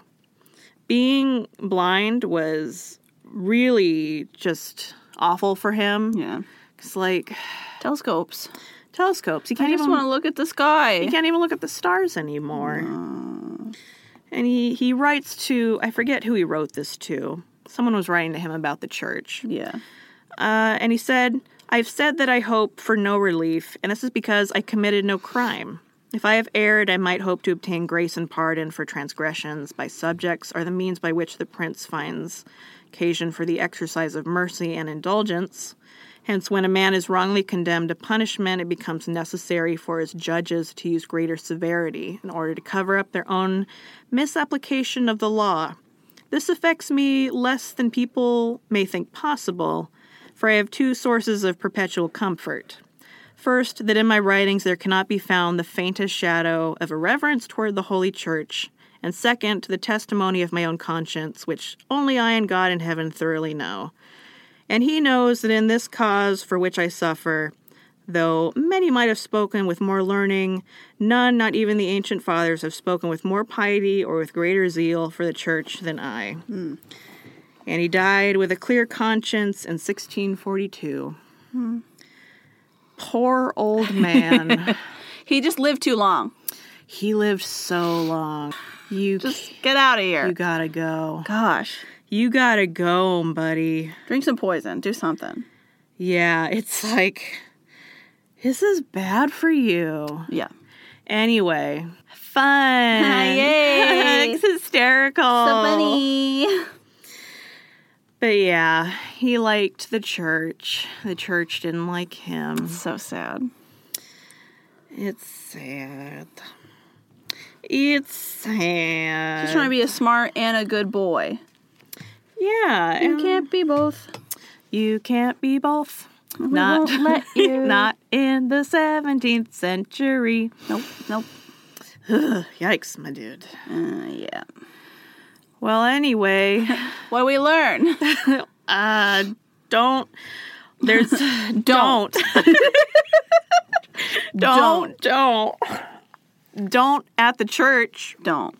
[SPEAKER 1] Being blind was really just awful for him.
[SPEAKER 2] yeah.
[SPEAKER 1] It's like
[SPEAKER 2] Telescopes.
[SPEAKER 1] telescopes. He can't
[SPEAKER 2] I just
[SPEAKER 1] even
[SPEAKER 2] want to look at the sky.
[SPEAKER 1] he can't even look at the stars anymore. And he he writes to I forget who he wrote this to. Someone was writing to him about the church.
[SPEAKER 2] Yeah.
[SPEAKER 1] Uh, and he said, I've said that I hope for no relief, and this is because I committed no crime. If I have erred, I might hope to obtain grace and pardon for transgressions by subjects or the means by which the prince finds occasion for the exercise of mercy and indulgence, Hence, when a man is wrongly condemned to punishment, it becomes necessary for his judges to use greater severity in order to cover up their own misapplication of the law. This affects me less than people may think possible, for I have two sources of perpetual comfort. First, that in my writings there cannot be found the faintest shadow of irreverence toward the Holy Church, and second, the testimony of my own conscience, which only I and God in heaven thoroughly know. And he knows that in this cause for which I suffer, though many might have spoken with more learning, none, not even the ancient fathers, have spoken with more piety or with greater zeal for the church than I. And he died with a clear conscience in 1642. Poor old man.
[SPEAKER 2] He just lived too long.
[SPEAKER 1] he lived so long. You,
[SPEAKER 2] Just get out of here.
[SPEAKER 1] you gotta go.
[SPEAKER 2] Gosh,
[SPEAKER 1] You gotta go, buddy.
[SPEAKER 2] drink some poison. Do something.
[SPEAKER 1] Yeah, it's like, this is bad for you.
[SPEAKER 2] Yeah.
[SPEAKER 1] Anyway, fun.
[SPEAKER 2] Yay.
[SPEAKER 1] it's hysterical. But yeah, he liked the church. The church didn't like him.
[SPEAKER 2] So sad.
[SPEAKER 1] It's sad. It's sad.
[SPEAKER 2] Just trying to be a smart and a good boy.
[SPEAKER 1] yeah,
[SPEAKER 2] You
[SPEAKER 1] and
[SPEAKER 2] can't be both.
[SPEAKER 1] you can't be both.
[SPEAKER 2] We
[SPEAKER 1] not
[SPEAKER 2] won't let you.
[SPEAKER 1] not in the 17th century.
[SPEAKER 2] Nope. Nope.
[SPEAKER 1] Ugh, yikes, my dude.
[SPEAKER 2] Uh, yeah.
[SPEAKER 1] Well, anyway,
[SPEAKER 2] What we learn.
[SPEAKER 1] uh, don't. There's
[SPEAKER 2] Don't.
[SPEAKER 1] don't don't don't at the church
[SPEAKER 2] Don't.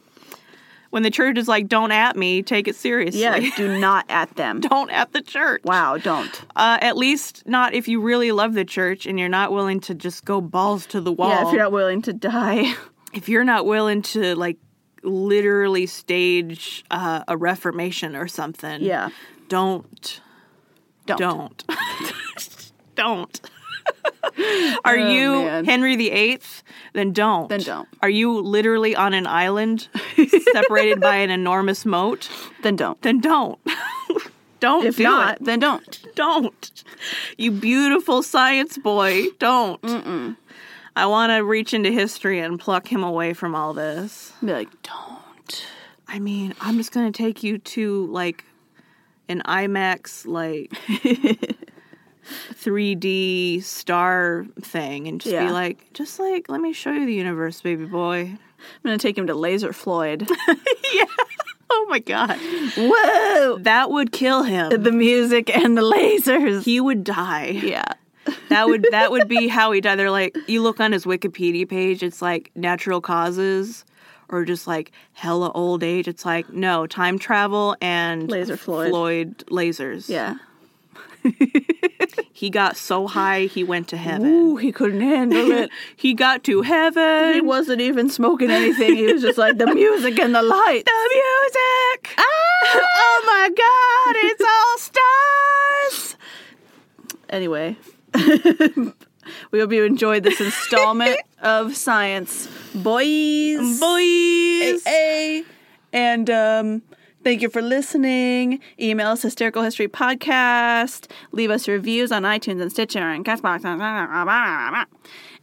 [SPEAKER 1] when the church is like don't at me take it seriously
[SPEAKER 2] Yeah. do not at them.
[SPEAKER 1] don't at the church
[SPEAKER 2] Wow. Don't.
[SPEAKER 1] uh, at least not if you really love the church and you're not willing to just go balls to the wall
[SPEAKER 2] Yeah. If you're not willing to die.
[SPEAKER 1] if you're not willing to like literally stage uh, a reformation or something
[SPEAKER 2] Yeah.
[SPEAKER 1] don't
[SPEAKER 2] Don't.
[SPEAKER 1] don't don't are
[SPEAKER 2] Oh,
[SPEAKER 1] you
[SPEAKER 2] man.
[SPEAKER 1] henry viii then don't
[SPEAKER 2] Then don't.
[SPEAKER 1] are you literally on an island separated by an enormous moat
[SPEAKER 2] Then don't.
[SPEAKER 1] then don't don't
[SPEAKER 2] If
[SPEAKER 1] do
[SPEAKER 2] not,
[SPEAKER 1] it.
[SPEAKER 2] then don't.
[SPEAKER 1] don't you beautiful science boy don't i want to reach into history and pluck him away from all this
[SPEAKER 2] Be like, don't.
[SPEAKER 1] I mean, I'm just gonna take you to like an IMAX like 3D star thing and just
[SPEAKER 2] Yeah.
[SPEAKER 1] be like, just like let me show you the universe, baby boy.
[SPEAKER 2] I'm gonna take him to Laser Floyd.
[SPEAKER 1] Oh my god.
[SPEAKER 2] Whoa!
[SPEAKER 1] That would kill him.
[SPEAKER 2] The music and the lasers.
[SPEAKER 1] He would die.
[SPEAKER 2] Yeah.
[SPEAKER 1] That would that would be how he died. They're like you look on his Wikipedia page, it's like natural causes or just like hella old age. It's like no, time travel and
[SPEAKER 2] Laser Floyd.
[SPEAKER 1] Floyd lasers.
[SPEAKER 2] Yeah.
[SPEAKER 1] He got so high he went to heaven.
[SPEAKER 2] Ooh, he couldn't handle it.
[SPEAKER 1] He got to
[SPEAKER 2] He
[SPEAKER 1] heaven.
[SPEAKER 2] wasn't even smoking anything. He was just like the music and the light.
[SPEAKER 1] The music. oh my God! It's all stars.
[SPEAKER 2] Anyway, we hope you enjoyed this installment of Science Boys.
[SPEAKER 1] Boys.
[SPEAKER 2] Hey. And um, thank you for listening. Email us hysterical history podcast. Leave us reviews on iTunes and Stitcher and Castbox.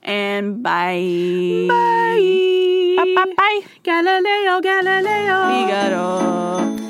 [SPEAKER 2] And bye. Bye. Bye. Bye.
[SPEAKER 1] Galileo, Galileo.
[SPEAKER 2] Figaro.